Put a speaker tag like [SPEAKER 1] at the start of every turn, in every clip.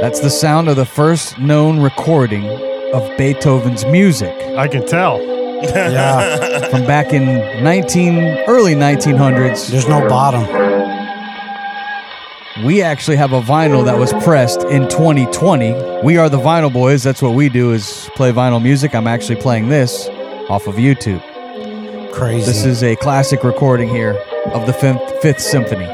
[SPEAKER 1] That's the sound of the first known recording of Beethoven's music.
[SPEAKER 2] I can tell.
[SPEAKER 1] Yeah, from back in 19 early 1900s.
[SPEAKER 3] There's no bottom.
[SPEAKER 1] We actually have a vinyl that was pressed in 2020. We are the Vinyl Boys. That's what we do is play vinyl music. I'm actually playing this off of YouTube.
[SPEAKER 3] Crazy.
[SPEAKER 1] This is a classic recording here of the Fifth, fifth Symphony.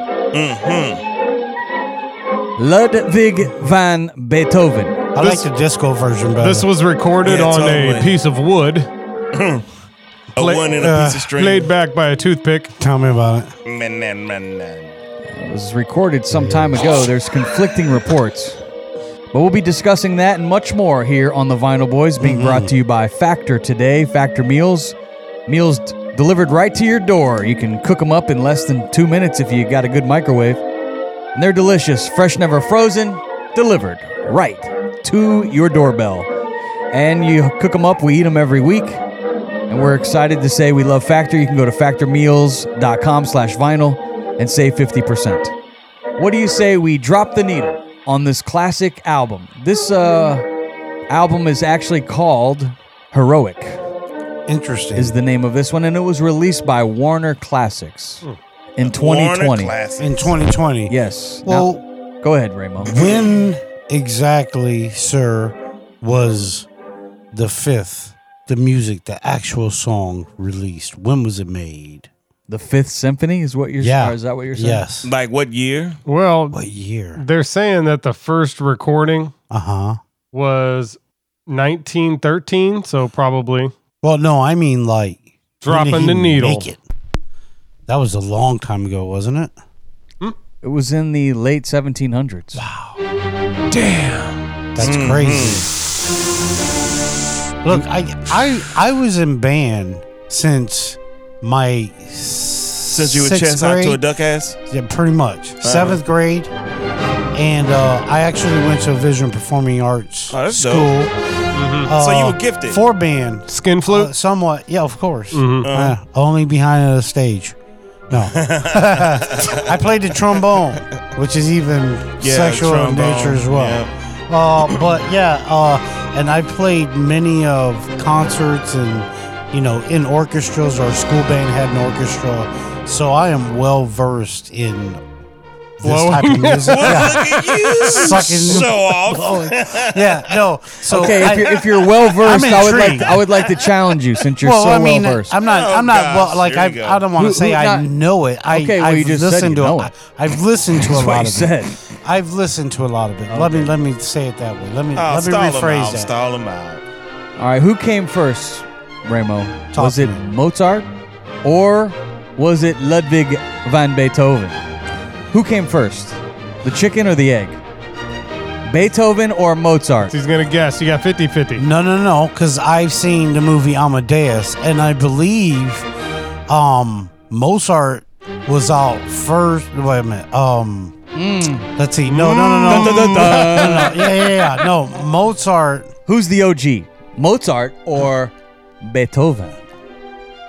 [SPEAKER 1] Ludwig van Beethoven.
[SPEAKER 3] I
[SPEAKER 2] this-
[SPEAKER 3] like the disco version better.
[SPEAKER 2] This was recorded
[SPEAKER 4] Yeah,
[SPEAKER 2] on a
[SPEAKER 4] totally.
[SPEAKER 2] piece of wood,
[SPEAKER 4] A
[SPEAKER 2] Play-
[SPEAKER 4] one and a
[SPEAKER 3] uh,
[SPEAKER 4] piece of string.
[SPEAKER 2] laid back by a toothpick.
[SPEAKER 3] Tell me about it.
[SPEAKER 4] Man, man, man, man.
[SPEAKER 1] It was recorded some time ago. There's conflicting reports. But we'll be discussing that and much more here on the Vinyl Boys, being brought to you by Factor today. Factor meals, meals d- delivered right to your door. You can cook them up in less than two minutes if you got a good microwave. And they're delicious, fresh, never frozen, delivered right to your doorbell. And you cook them up. We eat them every week. And we're excited to say we love Factor. You can go to factormeals.com slash vinyl and save 50%. What do you say we drop the needle on this classic album? This uh, album is actually called Heroic
[SPEAKER 3] Interesting.
[SPEAKER 1] is the name of this one. And it was released by Warner Classics in
[SPEAKER 4] Warner
[SPEAKER 1] 2020.
[SPEAKER 4] Classics.
[SPEAKER 3] in 2020.
[SPEAKER 1] Yes.
[SPEAKER 3] Well,
[SPEAKER 1] Now- go ahead, Raymo.
[SPEAKER 3] when exactly, sir, was the fifth, the music, the actual song released? When was it made?
[SPEAKER 1] The Fifth Symphony is what you're.
[SPEAKER 3] Yeah.
[SPEAKER 1] or Is that what you're saying?
[SPEAKER 3] Yes.
[SPEAKER 4] Like what year?
[SPEAKER 2] Well,
[SPEAKER 3] What year?
[SPEAKER 2] they're saying that the first recording
[SPEAKER 3] Uh huh.
[SPEAKER 2] was 1913, so probably
[SPEAKER 3] Well, no, I mean like when
[SPEAKER 2] Dropping
[SPEAKER 3] did he
[SPEAKER 2] the needle.
[SPEAKER 3] Make it. That was a long time ago, wasn't it?
[SPEAKER 1] It was in the late 1700s.
[SPEAKER 3] That's
[SPEAKER 4] Mm-hmm.
[SPEAKER 3] crazy. Look, I I I was in band since my
[SPEAKER 4] Since
[SPEAKER 3] since
[SPEAKER 4] you were chest out to Uh-huh. a duck ass?
[SPEAKER 3] yeah, pretty much seventh grade, and uh, I actually went to a Vision Performing Arts
[SPEAKER 4] Oh, that's dope. Mm-hmm.
[SPEAKER 3] school.
[SPEAKER 4] So you
[SPEAKER 3] Uh,
[SPEAKER 4] were gifted.
[SPEAKER 3] four band,
[SPEAKER 2] skin flute.
[SPEAKER 3] uh, somewhat. Yeah, of course.
[SPEAKER 1] Mm-hmm.
[SPEAKER 3] Uh,
[SPEAKER 4] Uh-huh.
[SPEAKER 3] only behind the stage. No, I played the trombone, which is even
[SPEAKER 4] Yeah,
[SPEAKER 3] sexual in
[SPEAKER 4] trombone,
[SPEAKER 3] nature as well.
[SPEAKER 4] yeah.
[SPEAKER 3] Uh, but yeah, uh, and I played many of concerts and you know in orchestras. Our school band had an orchestra, so I am well versed in this
[SPEAKER 2] Blowing.
[SPEAKER 3] type of music. yeah.
[SPEAKER 4] Look at you.
[SPEAKER 3] Sucking.
[SPEAKER 4] So off.
[SPEAKER 3] Oh, yeah, no. So
[SPEAKER 1] Okay,
[SPEAKER 3] I-
[SPEAKER 1] if you're, if you're well versed,
[SPEAKER 3] I'm
[SPEAKER 1] I would like
[SPEAKER 3] intrigued.
[SPEAKER 1] to, I would like to challenge you since you're
[SPEAKER 3] well,
[SPEAKER 1] so
[SPEAKER 3] I mean,
[SPEAKER 1] well versed.
[SPEAKER 3] I'm not.
[SPEAKER 4] Oh,
[SPEAKER 3] I'm not.
[SPEAKER 4] gosh,
[SPEAKER 3] well, like
[SPEAKER 4] here
[SPEAKER 3] I,
[SPEAKER 4] we go.
[SPEAKER 3] I don't want
[SPEAKER 1] Who-
[SPEAKER 3] to say
[SPEAKER 1] who
[SPEAKER 3] I
[SPEAKER 1] not-
[SPEAKER 3] know it. I,
[SPEAKER 1] Okay, well,
[SPEAKER 3] I've
[SPEAKER 1] you just said
[SPEAKER 3] listened
[SPEAKER 1] you
[SPEAKER 3] to.
[SPEAKER 1] know
[SPEAKER 3] a-
[SPEAKER 1] it.
[SPEAKER 3] I've listened to a
[SPEAKER 1] That's what
[SPEAKER 3] lot
[SPEAKER 1] you
[SPEAKER 3] of
[SPEAKER 1] said.
[SPEAKER 3] it. I've listened to a lot of it. Let me let me say it that way. Let me
[SPEAKER 4] Oh,
[SPEAKER 3] let me
[SPEAKER 4] stall him
[SPEAKER 3] rephrase
[SPEAKER 4] out.
[SPEAKER 3] that.
[SPEAKER 4] Stall him out.
[SPEAKER 1] All right, who came first, Ramo?
[SPEAKER 3] Talk
[SPEAKER 1] was
[SPEAKER 3] to
[SPEAKER 1] it
[SPEAKER 3] me.
[SPEAKER 1] Mozart or was it Ludwig van Beethoven? Who came first, the chicken or the egg? Beethoven or Mozart?
[SPEAKER 2] He's gonna guess. You got 50 50.
[SPEAKER 3] No, no, no, because I've seen the movie Amadeus, and I believe um, Mozart was out first. Wait a minute. Um,
[SPEAKER 1] Hmm.
[SPEAKER 3] Let's see. No, no,
[SPEAKER 4] Mm.
[SPEAKER 3] no, no. no, no, no. Yeah, yeah, yeah. No, Mozart.
[SPEAKER 1] Who's the OG, Mozart or Beethoven?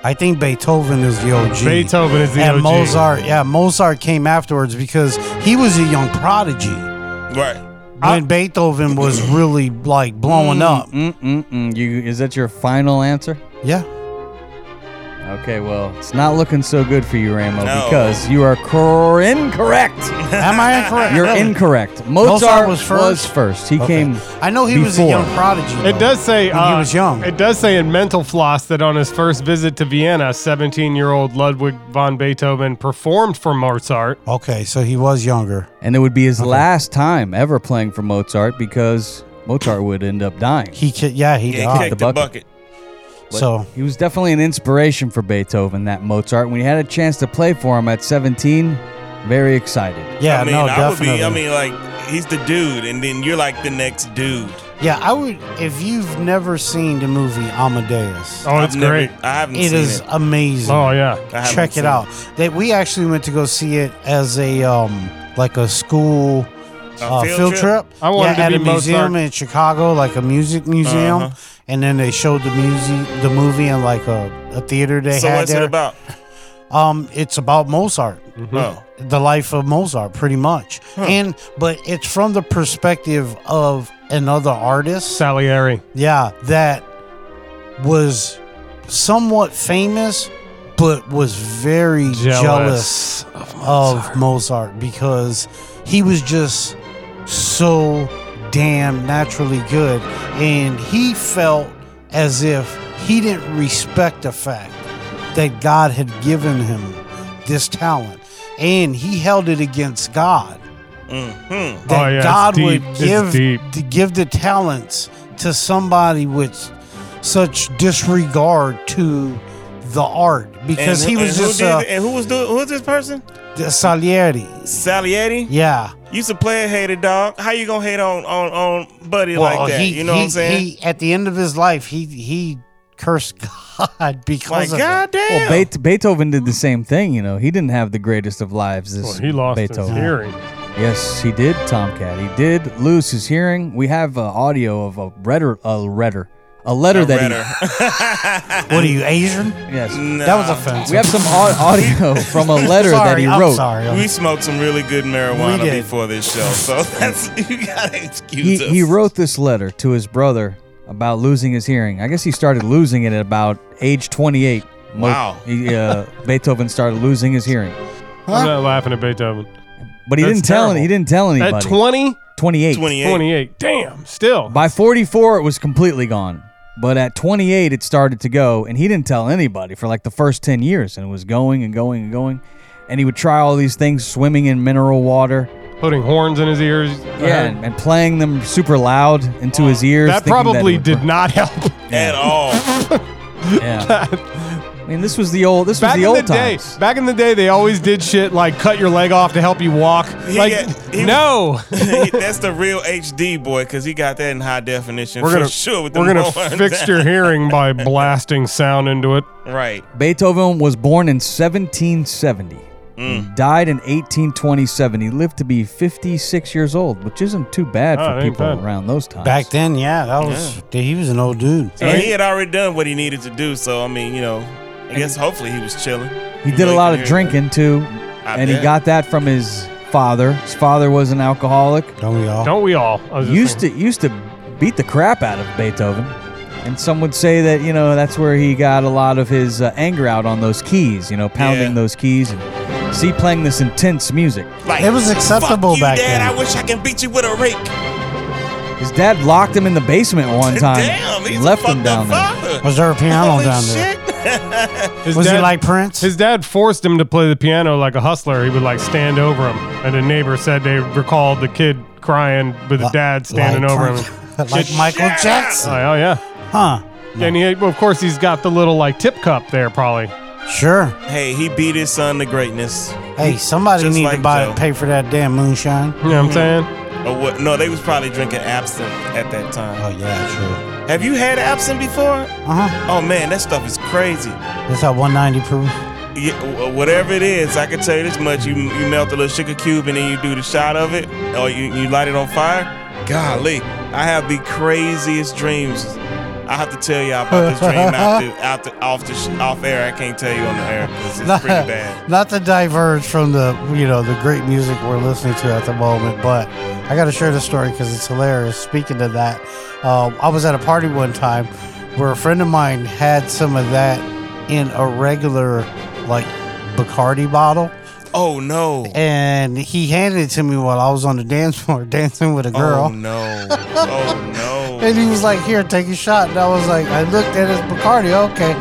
[SPEAKER 3] I think Beethoven is the OG.
[SPEAKER 2] Beethoven is the
[SPEAKER 3] and
[SPEAKER 2] OG.
[SPEAKER 3] Mozart, yeah, Mozart came afterwards because he was a young prodigy
[SPEAKER 4] Right.
[SPEAKER 3] when Beethoven was really
[SPEAKER 2] Mm.
[SPEAKER 3] like blowing up.
[SPEAKER 1] Mm-mm-mm. You is that your final answer?
[SPEAKER 3] Yeah,
[SPEAKER 1] Okay, well, it's not looking so good for you, Ramo,
[SPEAKER 4] No.
[SPEAKER 1] because you are cor- incorrect.
[SPEAKER 3] Am I incorrect?
[SPEAKER 1] You're
[SPEAKER 3] Really?
[SPEAKER 1] incorrect. Mozart,
[SPEAKER 3] Mozart
[SPEAKER 1] was
[SPEAKER 3] was
[SPEAKER 1] first.
[SPEAKER 3] first?
[SPEAKER 1] He
[SPEAKER 3] Okay.
[SPEAKER 1] came.
[SPEAKER 3] I know he was a
[SPEAKER 1] before.
[SPEAKER 3] young prodigy.
[SPEAKER 2] It
[SPEAKER 3] though,
[SPEAKER 2] does say
[SPEAKER 3] when
[SPEAKER 2] uh,
[SPEAKER 3] he was young.
[SPEAKER 2] It does say in Mental Floss that on his first visit to Vienna, 17-year-old Ludwig von Beethoven performed for Mozart.
[SPEAKER 3] okay, so he was younger.
[SPEAKER 1] And it would be his last time ever playing for Mozart because Mozart would end up dying.
[SPEAKER 3] He ki- yeah he
[SPEAKER 4] Yeah,
[SPEAKER 3] died.
[SPEAKER 4] kick
[SPEAKER 1] the
[SPEAKER 4] the
[SPEAKER 1] bucket.
[SPEAKER 4] bucket.
[SPEAKER 1] But
[SPEAKER 3] So
[SPEAKER 1] he was definitely an inspiration for Beethoven, that Mozart. When he had a chance to play for him at 17, very excited.
[SPEAKER 3] yeah,
[SPEAKER 4] I mean,
[SPEAKER 3] no,
[SPEAKER 4] I
[SPEAKER 3] definitely.
[SPEAKER 4] would be. I mean, like he's the dude, and then you're like the next dude.
[SPEAKER 3] yeah, I would. If you've never seen the movie Amadeus,
[SPEAKER 2] Oh,
[SPEAKER 4] I've
[SPEAKER 2] it's
[SPEAKER 4] never-
[SPEAKER 2] great.
[SPEAKER 4] I haven't
[SPEAKER 3] it
[SPEAKER 4] seen
[SPEAKER 3] is
[SPEAKER 4] it.
[SPEAKER 3] amazing.
[SPEAKER 2] Oh yeah.
[SPEAKER 4] I haven't
[SPEAKER 3] check it
[SPEAKER 4] seen
[SPEAKER 3] out. That we actually went to go see it as a um like a school
[SPEAKER 4] A
[SPEAKER 3] uh, field, trip.
[SPEAKER 2] I wanted to
[SPEAKER 3] at
[SPEAKER 2] be
[SPEAKER 3] a museum
[SPEAKER 2] Mozart.
[SPEAKER 3] in Chicago, like a music museum,
[SPEAKER 4] Uh-huh.
[SPEAKER 3] and then they showed the music, the movie, in like a, a theater they
[SPEAKER 4] So
[SPEAKER 3] had
[SPEAKER 4] what's
[SPEAKER 3] there.
[SPEAKER 4] it about?
[SPEAKER 3] Um, it's about Mozart,
[SPEAKER 4] Oh,
[SPEAKER 3] the life of Mozart, pretty much. And but it's from the perspective of another artist.
[SPEAKER 2] Salieri.
[SPEAKER 3] Yeah, that was somewhat famous, but was very
[SPEAKER 2] Jealous
[SPEAKER 3] jealous, of, Mozart. because he was just so damn naturally good. And he felt as if he didn't respect the fact that God had given him this talent. And he held it against God
[SPEAKER 4] mm-hmm.
[SPEAKER 3] that
[SPEAKER 2] Oh, yeah, it's
[SPEAKER 3] God
[SPEAKER 2] deep.
[SPEAKER 3] would
[SPEAKER 2] It's
[SPEAKER 3] give
[SPEAKER 2] deep.
[SPEAKER 3] to give the talents to somebody with such disregard to the art because
[SPEAKER 4] And
[SPEAKER 3] he
[SPEAKER 4] who-
[SPEAKER 3] was
[SPEAKER 4] and
[SPEAKER 3] just uh,
[SPEAKER 4] who did,
[SPEAKER 3] a,
[SPEAKER 4] it? and who was the, who was this person?
[SPEAKER 3] the Salieri.
[SPEAKER 4] Salieri.
[SPEAKER 3] Yeah.
[SPEAKER 4] Used to play a hated dog. How you gonna hate on on on buddy like that? you know
[SPEAKER 3] he,
[SPEAKER 4] what I'm saying?
[SPEAKER 3] He, at the end of his life, he he cursed God
[SPEAKER 4] like
[SPEAKER 3] because of that.
[SPEAKER 4] goddamn.
[SPEAKER 1] Well, Be- Beethoven did the same thing, you know. He didn't have the greatest of lives. This
[SPEAKER 2] Well, he lost
[SPEAKER 1] Beethoven.
[SPEAKER 2] his hearing.
[SPEAKER 1] Yes, he did, Tomcat. He did lose his hearing. We have uh, audio of a redder, a redder, a letter that
[SPEAKER 3] What are you Asian?
[SPEAKER 1] he. Yes,
[SPEAKER 3] That was offensive.
[SPEAKER 1] we have some au- audio from a letter that
[SPEAKER 3] sorry,
[SPEAKER 1] he
[SPEAKER 3] I'm
[SPEAKER 1] wrote.
[SPEAKER 3] sorry. I'm-
[SPEAKER 4] We smoked some really good marijuana
[SPEAKER 3] We did.
[SPEAKER 4] before this show, so that's you gotta
[SPEAKER 1] He,
[SPEAKER 4] excuse us.
[SPEAKER 1] he wrote this letter to his brother about losing his hearing. I guess he started losing it at about age 28. Mo-
[SPEAKER 4] Wow.
[SPEAKER 1] He, uh, Beethoven started losing his hearing,
[SPEAKER 2] I'm not laughing at Beethoven.
[SPEAKER 1] but he
[SPEAKER 2] That's
[SPEAKER 1] didn't tell
[SPEAKER 2] terrible.
[SPEAKER 1] he didn't tell anybody.
[SPEAKER 2] At 20,
[SPEAKER 1] 28.
[SPEAKER 4] 28.
[SPEAKER 2] 28. Damn. Still.
[SPEAKER 1] By 44, it was completely gone. But at 28, it started to go, and he didn't tell anybody for like the first 10 years, and it was going and going and going. And he would try all these things, swimming in mineral water,
[SPEAKER 2] putting horns in his ears.
[SPEAKER 1] yeah, and, and playing them super loud into his ears.
[SPEAKER 2] that
[SPEAKER 1] thinking
[SPEAKER 2] probably
[SPEAKER 1] it would
[SPEAKER 2] did
[SPEAKER 1] bur-
[SPEAKER 2] not help.
[SPEAKER 4] at all.
[SPEAKER 1] Yeah. I mean, this was the old. This was
[SPEAKER 2] Back
[SPEAKER 1] the
[SPEAKER 2] in
[SPEAKER 1] old
[SPEAKER 2] the day,
[SPEAKER 1] times.
[SPEAKER 2] back in the day, they always did shit like cut your leg off to help you walk.
[SPEAKER 4] He
[SPEAKER 2] like,
[SPEAKER 4] got- he-
[SPEAKER 2] no,
[SPEAKER 4] That's the real HD boy because he got that in high definition
[SPEAKER 2] we're gonna
[SPEAKER 4] for sure. With the
[SPEAKER 2] we're gonna
[SPEAKER 4] horns.
[SPEAKER 2] fix your hearing by blasting sound into it.
[SPEAKER 4] right.
[SPEAKER 1] Beethoven was born in 1770.
[SPEAKER 2] Mm.
[SPEAKER 1] and Died in 1827. He lived to be 56 years old, which isn't too bad
[SPEAKER 2] Oh,
[SPEAKER 1] for
[SPEAKER 2] it ain't
[SPEAKER 1] people
[SPEAKER 2] bad.
[SPEAKER 1] around those times.
[SPEAKER 3] Back then, yeah, that was he was an old dude.
[SPEAKER 4] And he had already done what he needed to do, so I mean, you know, I guess hopefully he was chilling.
[SPEAKER 1] He
[SPEAKER 4] You
[SPEAKER 1] did
[SPEAKER 4] know,
[SPEAKER 1] a
[SPEAKER 4] you
[SPEAKER 1] lot
[SPEAKER 4] can
[SPEAKER 1] of
[SPEAKER 4] hear him.
[SPEAKER 1] drinking too,
[SPEAKER 4] I
[SPEAKER 1] and he
[SPEAKER 4] bet.
[SPEAKER 1] got that from his father. His father was an alcoholic.
[SPEAKER 3] Don't we all?
[SPEAKER 2] Don't we all? I was just
[SPEAKER 1] Used
[SPEAKER 2] thinking,
[SPEAKER 1] to used to beat the crap out of Beethoven, and some would say that you know that's where he got a lot of his uh, anger out on those keys. You know, pounding
[SPEAKER 4] Yeah.
[SPEAKER 1] those keys and see playing this intense music.
[SPEAKER 4] Like,
[SPEAKER 3] It was acceptable
[SPEAKER 4] Fuck you,
[SPEAKER 3] back
[SPEAKER 4] Dad,
[SPEAKER 3] then.
[SPEAKER 4] I wish I can beat you with a rake.
[SPEAKER 1] His dad locked him in the basement one time,
[SPEAKER 4] Damn, he's
[SPEAKER 1] and left
[SPEAKER 4] a
[SPEAKER 1] him down there.
[SPEAKER 4] there.
[SPEAKER 3] Was there a piano
[SPEAKER 4] Holy
[SPEAKER 3] down there?
[SPEAKER 4] shit.
[SPEAKER 2] his
[SPEAKER 3] Was he
[SPEAKER 2] dad-
[SPEAKER 3] like Prince?
[SPEAKER 2] His dad forced him to play the piano like a hustler. He would like stand over him, and a neighbor said they recalled the kid crying with his
[SPEAKER 3] Li-
[SPEAKER 2] dad standing
[SPEAKER 3] like
[SPEAKER 2] over
[SPEAKER 3] Prince.
[SPEAKER 2] him.
[SPEAKER 3] like
[SPEAKER 2] Shit.
[SPEAKER 3] Michael
[SPEAKER 4] Yeah.
[SPEAKER 3] Jackson.
[SPEAKER 2] Like, oh yeah,
[SPEAKER 3] Huh.
[SPEAKER 2] and he well, of course he's got the little like tip cup there probably.
[SPEAKER 3] Sure.
[SPEAKER 4] Hey, he beat his son to greatness.
[SPEAKER 3] Hey, somebody
[SPEAKER 4] Just
[SPEAKER 3] need to
[SPEAKER 4] like
[SPEAKER 3] buy
[SPEAKER 4] Joe.
[SPEAKER 3] pay for that damn moonshine.
[SPEAKER 2] You
[SPEAKER 4] Mm-hmm.
[SPEAKER 2] know what I'm saying?
[SPEAKER 4] Or what? No, they was probably drinking absinthe at that time.
[SPEAKER 3] Oh yeah,
[SPEAKER 4] Have you had absinthe before?
[SPEAKER 3] true. Uh huh.
[SPEAKER 4] Oh man, that stuff is crazy.
[SPEAKER 3] That's that 190 proof.
[SPEAKER 4] Yeah, wh- whatever it is, I can tell you this much: you you melt a little sugar cube and then you do the shot of it, or you, you light it on fire. Golly, I have the craziest dreams. I have to tell y'all about this dream after, after off the sh- off air. I can't tell you on the air. 'cause It's pretty bad.
[SPEAKER 3] Not to diverge from the you know the great music we're listening to at the moment, but I got to share this story because it's hilarious. Speaking of that, um, I was at a party one time where a friend of mine had some of that in a regular like Bacardi bottle,
[SPEAKER 4] Oh no.
[SPEAKER 3] and he handed it to me while I was on the dance floor dancing with a girl.
[SPEAKER 4] Oh no. Oh no.
[SPEAKER 3] And he was like, "Here, take a shot." And I was like, "I looked at his Bacardi. Okay."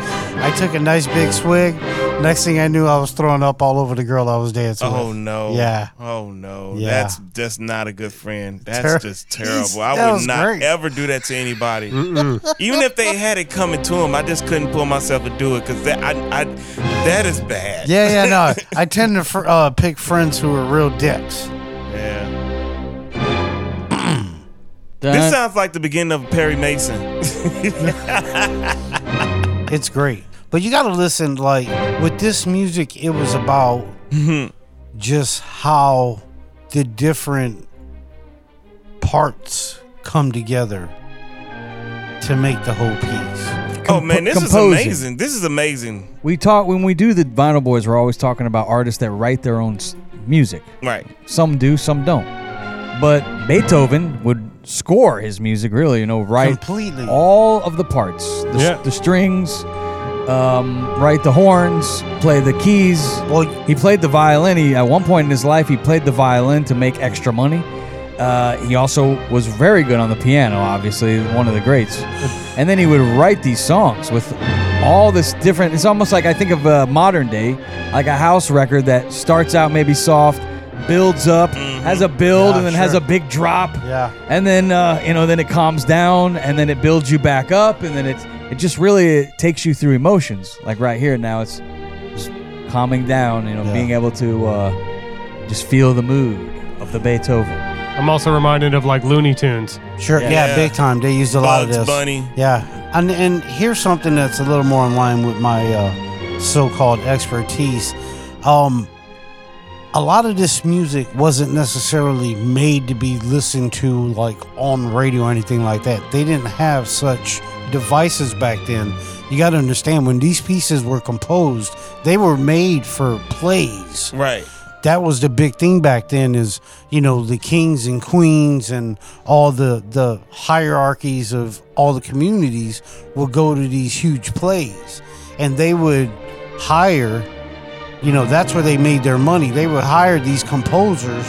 [SPEAKER 3] I took a nice big swig. Next thing I knew, I was throwing up all over the girl I was dancing
[SPEAKER 4] Oh
[SPEAKER 3] with.
[SPEAKER 4] no!
[SPEAKER 3] Yeah.
[SPEAKER 4] Oh no!
[SPEAKER 3] Yeah.
[SPEAKER 4] That's that's not a good friend. That's
[SPEAKER 3] Ter-
[SPEAKER 4] just terrible.
[SPEAKER 3] That
[SPEAKER 4] I would
[SPEAKER 3] was
[SPEAKER 4] not
[SPEAKER 3] great.
[SPEAKER 4] ever do that to anybody. Even if they had it coming to them, I just couldn't pull myself to do it because that I, I that is bad.
[SPEAKER 3] Yeah, yeah, no. I tend to fr- uh, pick friends who are real dicks.
[SPEAKER 4] Yeah.
[SPEAKER 1] Dun-
[SPEAKER 4] This sounds like the beginning of Perry Mason.
[SPEAKER 3] It's great, but you got to listen. Like with this music, it was about just how the different parts come together to make the whole piece.
[SPEAKER 4] oh man, this
[SPEAKER 1] composing.
[SPEAKER 4] is amazing. This is amazing.
[SPEAKER 1] we talk when we do the Vinyl Boys. We're always talking about artists that write their own s- music.
[SPEAKER 4] Right.
[SPEAKER 1] Some do, some don't. But Beethoven would score his music really, you know, write
[SPEAKER 3] Completely.
[SPEAKER 1] all of the parts, the, s-
[SPEAKER 2] Yeah.
[SPEAKER 1] the strings, um, write the horns, play the keys.
[SPEAKER 3] Well,
[SPEAKER 1] He played the violin. He, at one point in his life, he played the violin to make extra money. Uh, he also was very good on the piano, obviously, one of the greats. And then he would write these songs with all this different. It's almost like I think of uh, modern day, like a house record that starts out maybe soft, builds up, has a build,
[SPEAKER 3] Mm-hmm. Yeah,
[SPEAKER 1] and then has
[SPEAKER 3] sure.
[SPEAKER 1] a big drop.
[SPEAKER 3] Yeah.
[SPEAKER 1] And then uh, you know, then it calms down, and then it builds you back up, and then it it just really it takes you through emotions. Like right here now, it's calming down, you know,
[SPEAKER 3] Yeah.
[SPEAKER 1] being able to uh, just feel the mood of the Beethoven.
[SPEAKER 2] I'm also reminded of like Looney Tunes.
[SPEAKER 3] Sure. Yeah,
[SPEAKER 4] Yeah.
[SPEAKER 3] big time. They used a lot of
[SPEAKER 4] Bugs
[SPEAKER 3] this.
[SPEAKER 4] Bunny.
[SPEAKER 3] Yeah, and and here's something that's a little more in line with my uh, so-called expertise. Um, a lot of this music wasn't necessarily made to be listened to like on radio or anything like that. They didn't have such devices back then. You got to understand when these pieces were composed, they were made for plays
[SPEAKER 4] Right.
[SPEAKER 3] that was the big thing back then is you know the kings and queens and all the the hierarchies of all the communities would go to these huge plays and they would hire you know that's where they made their money they would hire these composers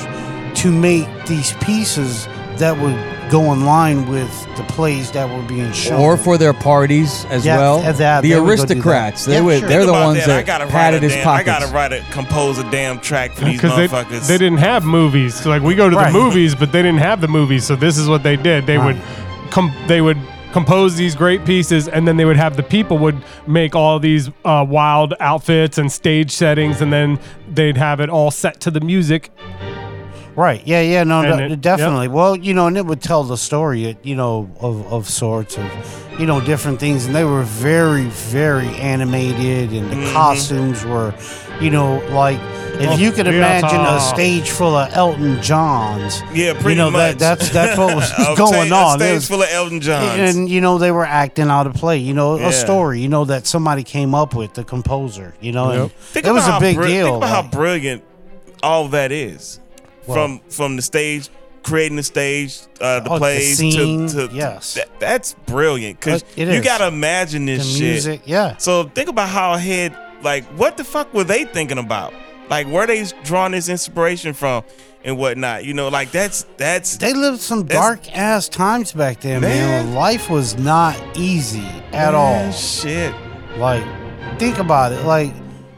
[SPEAKER 3] to make these pieces that would go in line with the plays that were being shown
[SPEAKER 1] Or for their parties as
[SPEAKER 3] Yeah,
[SPEAKER 1] well.
[SPEAKER 3] and that-
[SPEAKER 1] the
[SPEAKER 3] they would go do that.
[SPEAKER 1] aristocrats, they
[SPEAKER 3] Yeah,
[SPEAKER 1] would, they're
[SPEAKER 3] sure.
[SPEAKER 4] Think
[SPEAKER 1] the
[SPEAKER 4] about
[SPEAKER 1] ones
[SPEAKER 4] I
[SPEAKER 1] that,
[SPEAKER 4] gotta write
[SPEAKER 1] padded
[SPEAKER 4] a
[SPEAKER 1] his
[SPEAKER 4] damn-
[SPEAKER 1] pockets.
[SPEAKER 4] I gotta write a compose a damn track for these
[SPEAKER 2] Because they,
[SPEAKER 4] motherfuckers.
[SPEAKER 2] they didn't have movies. So, like we go to
[SPEAKER 3] Right.
[SPEAKER 2] the movies, but they didn't have the movies. So this is what they did. They
[SPEAKER 3] Right.
[SPEAKER 2] would com- they would compose these great pieces, and then they would have the people would make all these uh, wild outfits and stage settings, and then they'd have it all set to the music.
[SPEAKER 3] Right. Yeah. Yeah. No.
[SPEAKER 2] And
[SPEAKER 3] no,
[SPEAKER 2] it- yep.
[SPEAKER 3] definitely. Well, you know, and it would tell the story, you know, of of sorts of, you know, different things, and they were very, very animated, and the
[SPEAKER 4] Mm-hmm.
[SPEAKER 3] costumes were, you know, like if
[SPEAKER 2] Oh,
[SPEAKER 3] you could
[SPEAKER 2] yeah,
[SPEAKER 3] imagine a
[SPEAKER 2] ta.
[SPEAKER 3] stage full of Elton Johns.
[SPEAKER 4] Yeah, pretty
[SPEAKER 3] you know,
[SPEAKER 4] much.
[SPEAKER 3] That, that's that's what was
[SPEAKER 4] I'll tell
[SPEAKER 3] going
[SPEAKER 4] you,
[SPEAKER 3] on.
[SPEAKER 4] A
[SPEAKER 3] It
[SPEAKER 4] stage
[SPEAKER 3] was-
[SPEAKER 4] full of Elton Johns.
[SPEAKER 3] and you know they were acting out of play. You know
[SPEAKER 4] Yeah.
[SPEAKER 3] a story. You know that somebody came up with the composer. You know, and
[SPEAKER 4] Think
[SPEAKER 3] it was
[SPEAKER 4] about
[SPEAKER 3] a
[SPEAKER 4] how
[SPEAKER 3] big
[SPEAKER 4] bri-
[SPEAKER 3] deal.
[SPEAKER 4] Think about how
[SPEAKER 3] like-
[SPEAKER 4] brilliant all that is. from from the stage, creating the stage, uh, the
[SPEAKER 3] Oh, the
[SPEAKER 4] plays
[SPEAKER 3] scene,
[SPEAKER 4] to, to
[SPEAKER 3] yes.
[SPEAKER 4] that- that's brilliant because
[SPEAKER 3] Uh, it
[SPEAKER 4] you
[SPEAKER 3] is.
[SPEAKER 4] gotta imagine
[SPEAKER 3] the
[SPEAKER 4] this shit.
[SPEAKER 3] music, yeah.
[SPEAKER 4] So think about how ahead, like what the fuck were they thinking about? Like where they drawing this inspiration from and whatnot? You know, like that's that's
[SPEAKER 3] They lived some
[SPEAKER 4] That's-
[SPEAKER 3] dark ass times back then, man.
[SPEAKER 4] Man.
[SPEAKER 3] Life was not easy at
[SPEAKER 4] Man,
[SPEAKER 3] all.
[SPEAKER 4] Shit.
[SPEAKER 3] Like, think about it. Like,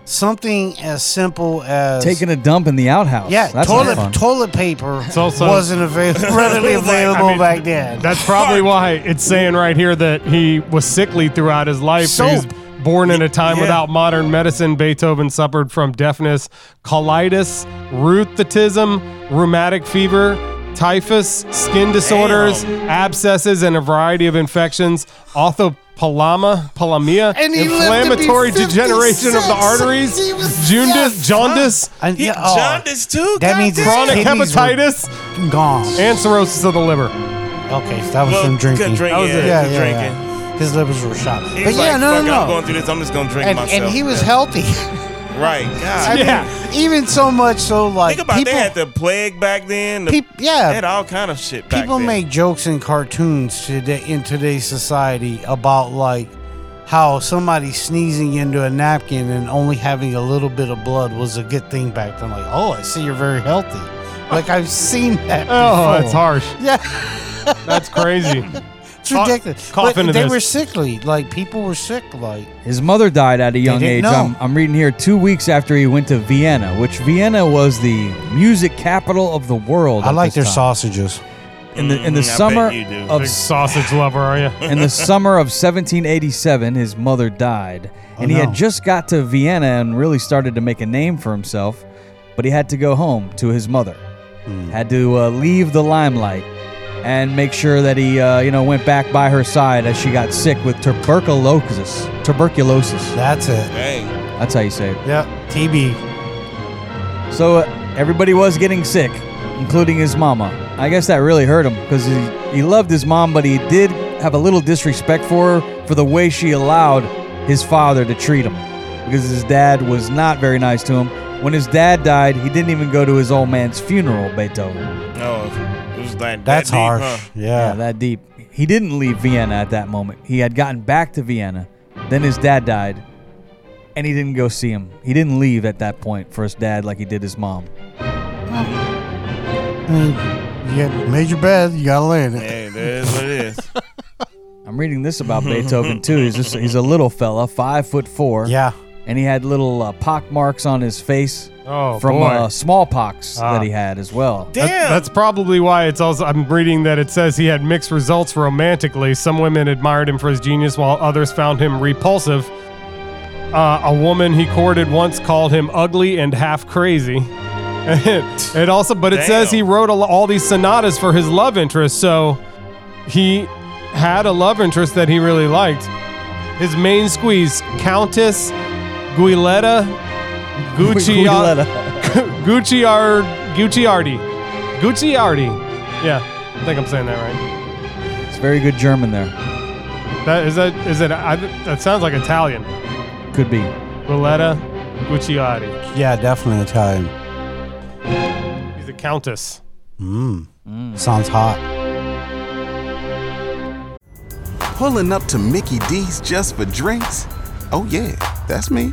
[SPEAKER 3] something as simple as
[SPEAKER 1] Taking a dump in the outhouse.
[SPEAKER 3] yeah,
[SPEAKER 1] That's not fun.
[SPEAKER 3] toilet toilet paper
[SPEAKER 2] also-
[SPEAKER 3] wasn't available readily
[SPEAKER 4] Like, I
[SPEAKER 3] available
[SPEAKER 2] mean,
[SPEAKER 3] back then.
[SPEAKER 2] That's probably why it's saying right here that he was sickly throughout his life. He was
[SPEAKER 3] Soap.
[SPEAKER 2] born in a time
[SPEAKER 4] Yeah.
[SPEAKER 2] without modern medicine. Beethoven suffered from deafness, colitis, rheumatism, rheumatic fever, typhus, skin disorders, abscesses, and a variety of infections. Orthopalama, palamia,
[SPEAKER 3] And he lived to be
[SPEAKER 2] inflammatory degeneration of the
[SPEAKER 3] 56.
[SPEAKER 2] arteries,
[SPEAKER 3] He was-
[SPEAKER 2] jaundice,
[SPEAKER 3] yes.
[SPEAKER 2] jaundice,
[SPEAKER 3] and,
[SPEAKER 4] He
[SPEAKER 3] yeah, oh,
[SPEAKER 4] jaundiced too.
[SPEAKER 3] that means
[SPEAKER 4] goddamn.
[SPEAKER 3] his
[SPEAKER 2] chronic
[SPEAKER 3] kidneys were
[SPEAKER 2] hepatitis,
[SPEAKER 3] gone.
[SPEAKER 2] and cirrhosis of the liver. Oh,
[SPEAKER 3] okay, so that was
[SPEAKER 4] Well,
[SPEAKER 3] from
[SPEAKER 4] you couldn't
[SPEAKER 3] drinking.
[SPEAKER 4] drink,
[SPEAKER 3] That was
[SPEAKER 4] yeah,
[SPEAKER 3] it.
[SPEAKER 4] you
[SPEAKER 3] yeah,
[SPEAKER 4] were
[SPEAKER 3] yeah,
[SPEAKER 4] drinking.
[SPEAKER 3] yeah. His livers were shot.
[SPEAKER 4] He's
[SPEAKER 3] but
[SPEAKER 4] like,
[SPEAKER 3] yeah, no,
[SPEAKER 4] fuck, I'm
[SPEAKER 3] no,
[SPEAKER 4] going
[SPEAKER 3] no.
[SPEAKER 4] through this. I'm just gonna drink
[SPEAKER 3] And,
[SPEAKER 4] myself.
[SPEAKER 3] and he was healthy.
[SPEAKER 4] right. God.
[SPEAKER 2] Yeah.
[SPEAKER 3] Even so much so, like
[SPEAKER 4] Think about
[SPEAKER 3] people,
[SPEAKER 4] they had the plague back then. The,
[SPEAKER 3] peop- yeah,
[SPEAKER 4] they had all kind of shit back
[SPEAKER 3] people
[SPEAKER 4] then.
[SPEAKER 3] make jokes in cartoons today in today's society about like how somebody sneezing into a napkin and only having a little bit of blood was a good thing back then. Like, oh, I see you're very healthy. Like I've seen that.
[SPEAKER 2] Oh,
[SPEAKER 3] before.
[SPEAKER 2] that's harsh.
[SPEAKER 3] Yeah,
[SPEAKER 2] That's crazy.
[SPEAKER 3] it's ridiculous.
[SPEAKER 2] cough
[SPEAKER 3] But
[SPEAKER 2] into
[SPEAKER 3] they
[SPEAKER 2] this.
[SPEAKER 3] were sickly. Like people were sick. Like
[SPEAKER 1] His mother died at a young
[SPEAKER 3] didn't
[SPEAKER 1] age.
[SPEAKER 3] know.
[SPEAKER 1] I'm, I'm reading here two weeks after he went to Vienna, which Vienna was the music capital of the world.
[SPEAKER 3] I
[SPEAKER 1] at
[SPEAKER 3] like
[SPEAKER 1] this
[SPEAKER 3] their
[SPEAKER 1] time.
[SPEAKER 3] sausages.
[SPEAKER 1] In the in
[SPEAKER 4] Mm, I
[SPEAKER 1] the
[SPEAKER 4] bet
[SPEAKER 1] summer
[SPEAKER 4] you do.
[SPEAKER 1] of
[SPEAKER 2] Big sausage lover, are you?
[SPEAKER 1] in the summer of 1787, his mother died, and he
[SPEAKER 3] no.
[SPEAKER 1] had just got to Vienna and really started to make a name for himself, but he had to go home to his mother, had to uh, leave the limelight, and make sure that he, uh, you know, went back by her side as she got sick with tuberculosis. Tuberculosis.
[SPEAKER 3] That's it.
[SPEAKER 4] Dang.
[SPEAKER 1] That's how you say it.
[SPEAKER 3] Yep. TB.
[SPEAKER 1] So uh, everybody was getting sick, including his mama. I guess that really hurt him because he, he loved his mom, but he did have a little disrespect for her for the way she allowed his father to treat him because his dad was not very nice to him. When his dad died, he didn't even go to his old man's funeral, Beethoven.
[SPEAKER 4] Oh, it was like that
[SPEAKER 3] That's
[SPEAKER 4] deep,
[SPEAKER 3] harsh.
[SPEAKER 4] huh?
[SPEAKER 3] Yeah.
[SPEAKER 1] Yeah, that deep. He didn't leave Vienna at that moment. He had gotten back to Vienna. Then his dad died, and he didn't go see him. He didn't leave at that point for his dad like he did his mom.
[SPEAKER 3] I mean, you got- made your bed. You gotta lay in it.
[SPEAKER 4] Hey, that is what it is.
[SPEAKER 1] I'm reading this about Beethoven too. He's just, he's a little fella, five foot four.
[SPEAKER 3] Yeah.
[SPEAKER 1] And he had little uh, pock marks on his face
[SPEAKER 2] Oh,
[SPEAKER 1] from
[SPEAKER 2] boy.
[SPEAKER 1] uh, smallpox
[SPEAKER 2] Ah.
[SPEAKER 1] that he had as well.
[SPEAKER 2] That-
[SPEAKER 4] Damn.
[SPEAKER 2] that's probably why it's also. I'm reading that it says he had mixed results romantically. Some women admired him for his genius, while others found him repulsive. Uh, a woman he courted once called him ugly and half crazy. it also, but it says
[SPEAKER 4] Damn.
[SPEAKER 2] he wrote a, lo- all these sonatas for his love interest. So he had a love interest that he really liked. His main squeeze, Countess Guiletta Gucci.
[SPEAKER 1] Guiletta.
[SPEAKER 2] Gucciard Gucciardi. Gucciardi. Yeah, I think I'm saying that right.
[SPEAKER 1] It's very good German there.
[SPEAKER 2] That is that is it I, that sounds like Italian.
[SPEAKER 1] Could be.
[SPEAKER 2] Valletta Gucciardi.
[SPEAKER 3] Yeah. Definitely Italian.
[SPEAKER 2] He's a countess.
[SPEAKER 3] Mmm. Sounds hot.
[SPEAKER 5] Pulling up to Mickey D's just for drinks? Oh, yeah, that's me.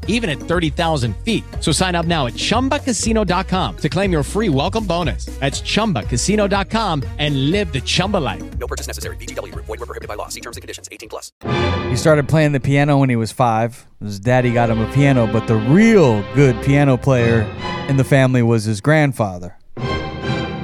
[SPEAKER 6] even at 30,000 feet. So sign up now at chumbacasino.com to claim your free welcome bonus. That's chumbacasino.com and live the Chumba life.
[SPEAKER 1] He started playing the piano when he was five. His daddy got him a piano, but the real good piano player in the family was his grandfather.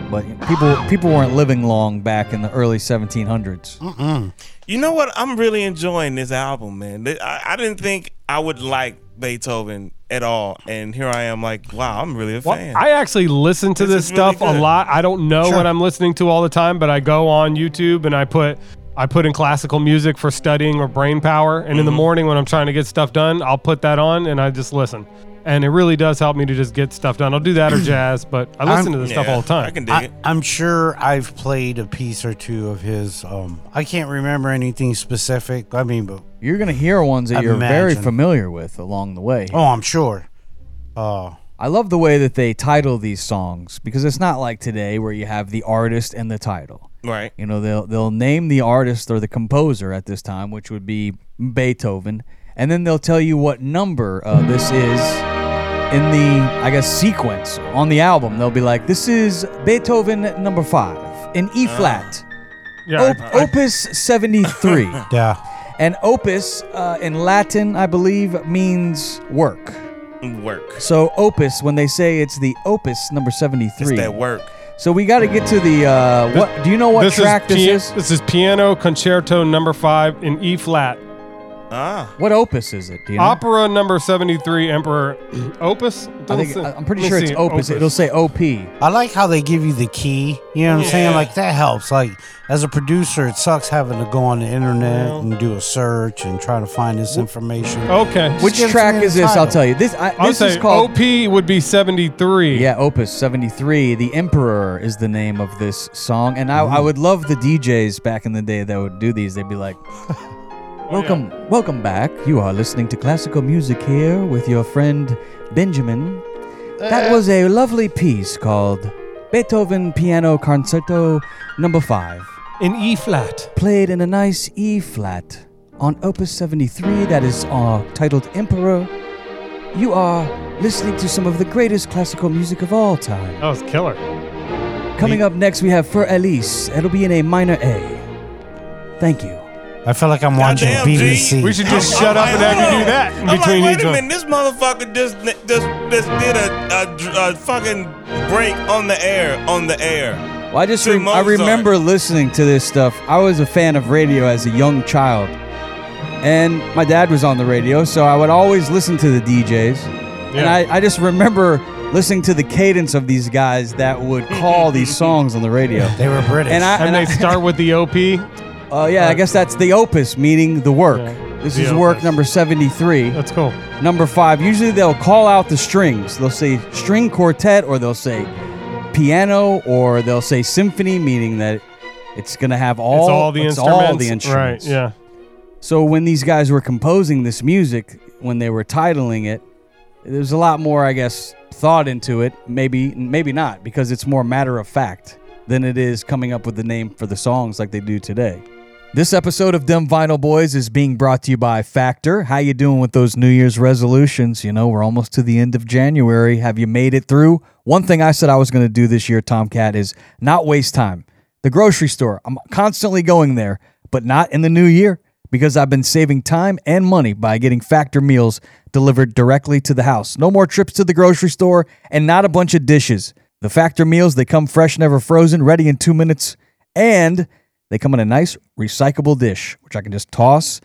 [SPEAKER 1] But people people weren't living long back in the early 1700s.
[SPEAKER 2] Mm.
[SPEAKER 4] You know what? I'm really enjoying this album, man. Th- I, I didn't think I would like Beethoven at all, and here I am, like, wow, I'm really a
[SPEAKER 2] Well,
[SPEAKER 4] fan.
[SPEAKER 2] I actually listen to
[SPEAKER 4] This
[SPEAKER 2] this,
[SPEAKER 4] is really
[SPEAKER 2] stuff
[SPEAKER 4] good.
[SPEAKER 2] a lot. I don't know
[SPEAKER 3] Sure.
[SPEAKER 2] what I'm listening to all the time, but I go on YouTube and I put I put in classical music for studying or brain power. And in
[SPEAKER 4] Mm-hmm.
[SPEAKER 2] the morning when I'm trying to get stuff done, I'll put that on and I just listen. And it really does help me to just get stuff done. I'll do that or jazz, but I listen to this stuff
[SPEAKER 4] Yeah,
[SPEAKER 2] all the time.
[SPEAKER 4] I can dig
[SPEAKER 3] I,
[SPEAKER 4] it.
[SPEAKER 3] I'm sure I've played a piece or two of his. Um, I can't remember anything specific. I mean, but
[SPEAKER 1] You're going to hear ones that you're very
[SPEAKER 3] Imagine.
[SPEAKER 1] familiar with along the way.
[SPEAKER 3] oh, I'm sure. Uh,
[SPEAKER 1] I love the way that they title these songs because it's not like today where you have the artist and the title.
[SPEAKER 4] Right.
[SPEAKER 1] You know, they'll they'll name the artist or the composer at this time, which would be Beethoven, and then they'll tell you what number uh, this is in the I guess sequence on the album. They'll be like, "This is Beethoven number 5 in E flat,
[SPEAKER 2] Uh, yeah, I-
[SPEAKER 1] op- opus 73."
[SPEAKER 3] yeah.
[SPEAKER 1] and opus uh, in Latin, I believe, means work.
[SPEAKER 4] Work.
[SPEAKER 1] So opus, when they say it's the opus number
[SPEAKER 4] It's
[SPEAKER 1] seventy-three.
[SPEAKER 4] that work.
[SPEAKER 1] So we got to get to the uh, what? Do you know what track
[SPEAKER 2] pia-
[SPEAKER 1] this is?
[SPEAKER 2] This is Piano Concerto Number Five in E flat.
[SPEAKER 4] Ah,
[SPEAKER 1] What opus is it? Do you know?
[SPEAKER 2] Opera number 73, Emperor
[SPEAKER 1] I
[SPEAKER 2] Opus?
[SPEAKER 1] think
[SPEAKER 2] Doesn't say-
[SPEAKER 1] I- I'm pretty
[SPEAKER 2] let me
[SPEAKER 1] sure it's
[SPEAKER 2] see.
[SPEAKER 1] opus. It'll say op.
[SPEAKER 3] I like how they give you the key. You know what I'm saying? Like that helps. Like as a producer, it sucks having to go on the internet and do a search and try to find this information.
[SPEAKER 2] Okay.
[SPEAKER 1] Which
[SPEAKER 3] give us
[SPEAKER 1] track
[SPEAKER 3] the
[SPEAKER 1] is this? I'll
[SPEAKER 3] title.
[SPEAKER 1] tell you. This I,
[SPEAKER 2] I'll
[SPEAKER 1] this is
[SPEAKER 2] say
[SPEAKER 1] called
[SPEAKER 2] OP would be 73.
[SPEAKER 1] Yeah, Opus 73, The Emperor is the name of this song. And I, I would love the DJs back in the day that would do these. They'd be like, Welcome, welcome back. You are listening to classical music here with your friend Benjamin. That was a lovely piece called Beethoven Piano Concerto Number 5,
[SPEAKER 2] In E flat.
[SPEAKER 1] played in a nice E flat on Opus 73, that is uh, titled Emperor. You are listening to some of the greatest classical music of all time.
[SPEAKER 2] That was killer.
[SPEAKER 1] Coming up next, we have Fur Elise. It'll be in a minor A. Thank you.
[SPEAKER 3] I feel like I'm watching
[SPEAKER 4] Goddamn, G.
[SPEAKER 3] BBC.
[SPEAKER 2] We should just shut up and have you do that in
[SPEAKER 4] I'm
[SPEAKER 2] between
[SPEAKER 4] like, wait
[SPEAKER 2] each
[SPEAKER 4] a
[SPEAKER 2] one.
[SPEAKER 4] minute, this motherfucker just just just did a, a, dr- a fucking break on the air on the air.
[SPEAKER 1] Well, I just
[SPEAKER 4] To
[SPEAKER 1] rem- I
[SPEAKER 4] Mozart.
[SPEAKER 1] remember listening to this stuff. I was a fan of radio as a young child, and my dad was on the radio, so I would always listen to the DJs. And
[SPEAKER 2] Yeah.
[SPEAKER 1] I, I just remember listening to the cadence of these guys that would call these songs on the radio.
[SPEAKER 3] They were British.
[SPEAKER 1] And I,
[SPEAKER 2] And
[SPEAKER 1] and
[SPEAKER 2] they
[SPEAKER 1] I
[SPEAKER 2] start with the OP.
[SPEAKER 1] uh, yeah, I guess that's the opus, meaning the work. This
[SPEAKER 2] The
[SPEAKER 1] is work
[SPEAKER 2] opus.
[SPEAKER 1] number seventy-three.
[SPEAKER 2] That's cool.
[SPEAKER 1] Number five, usually they'll call out the strings. They'll say string quartet or they'll say piano or they'll say symphony, meaning that it's going to have all,
[SPEAKER 2] it's all the
[SPEAKER 1] it's
[SPEAKER 2] instruments.
[SPEAKER 1] all the instruments.
[SPEAKER 2] Right, yeah.
[SPEAKER 1] So when these guys were composing this music, when they were titling it, there's a lot more, I guess, thought into it. Maybe, maybe not, because it's more matter of fact than it is coming up with the name for the songs like they do today. This episode of Dumb Vinyl Boys is being brought to you by Factor. How you doing with those New Year's resolutions? You know, we're almost to the end of January. Have you made it through? One thing I said I was going to do this year, Tomcat, is not waste time. The grocery store, I'm constantly going there, but not in the new year because I've been saving time and money by getting Factor meals delivered directly to the house. No more trips to the grocery store and not a bunch of dishes. The Factor meals, they come fresh, never frozen, ready in 2 minutes, and they come in a nice recyclable dish, which I can just toss.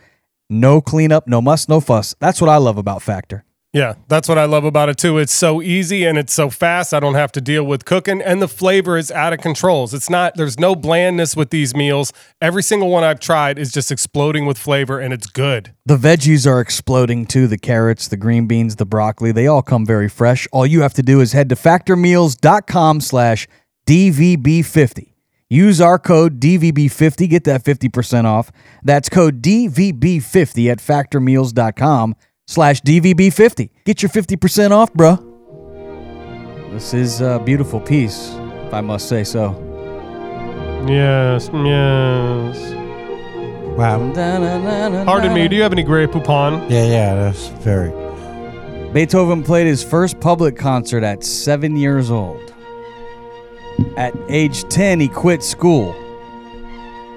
[SPEAKER 1] No cleanup, no muss, no fuss. That's what I love about Factor.
[SPEAKER 2] Yeah, that's what I love about it too. It's so easy and it's so fast. I don't have to deal with cooking, and the flavor is out of controls. It's not. There's no blandness with these meals. Every single one I've tried is just exploding with flavor, and it's good.
[SPEAKER 1] The veggies are exploding too the carrots, the green beans, the broccoli. They all come very fresh. All you have to do is head to factormeals.com slash DVB50. Use our code DVB50, get that 50% off. That's code DVB50 at factormeals.com slash DVB50. Get your 50% off, bruh. This is a beautiful piece, if I must say so.
[SPEAKER 2] Yes, yes.
[SPEAKER 3] wow.
[SPEAKER 2] Pardon me. Do you have any Grey Poupon?
[SPEAKER 3] Yeah, yeah, that's very.
[SPEAKER 1] Beethoven played his first public concert at seven years old. At age 10, he quit school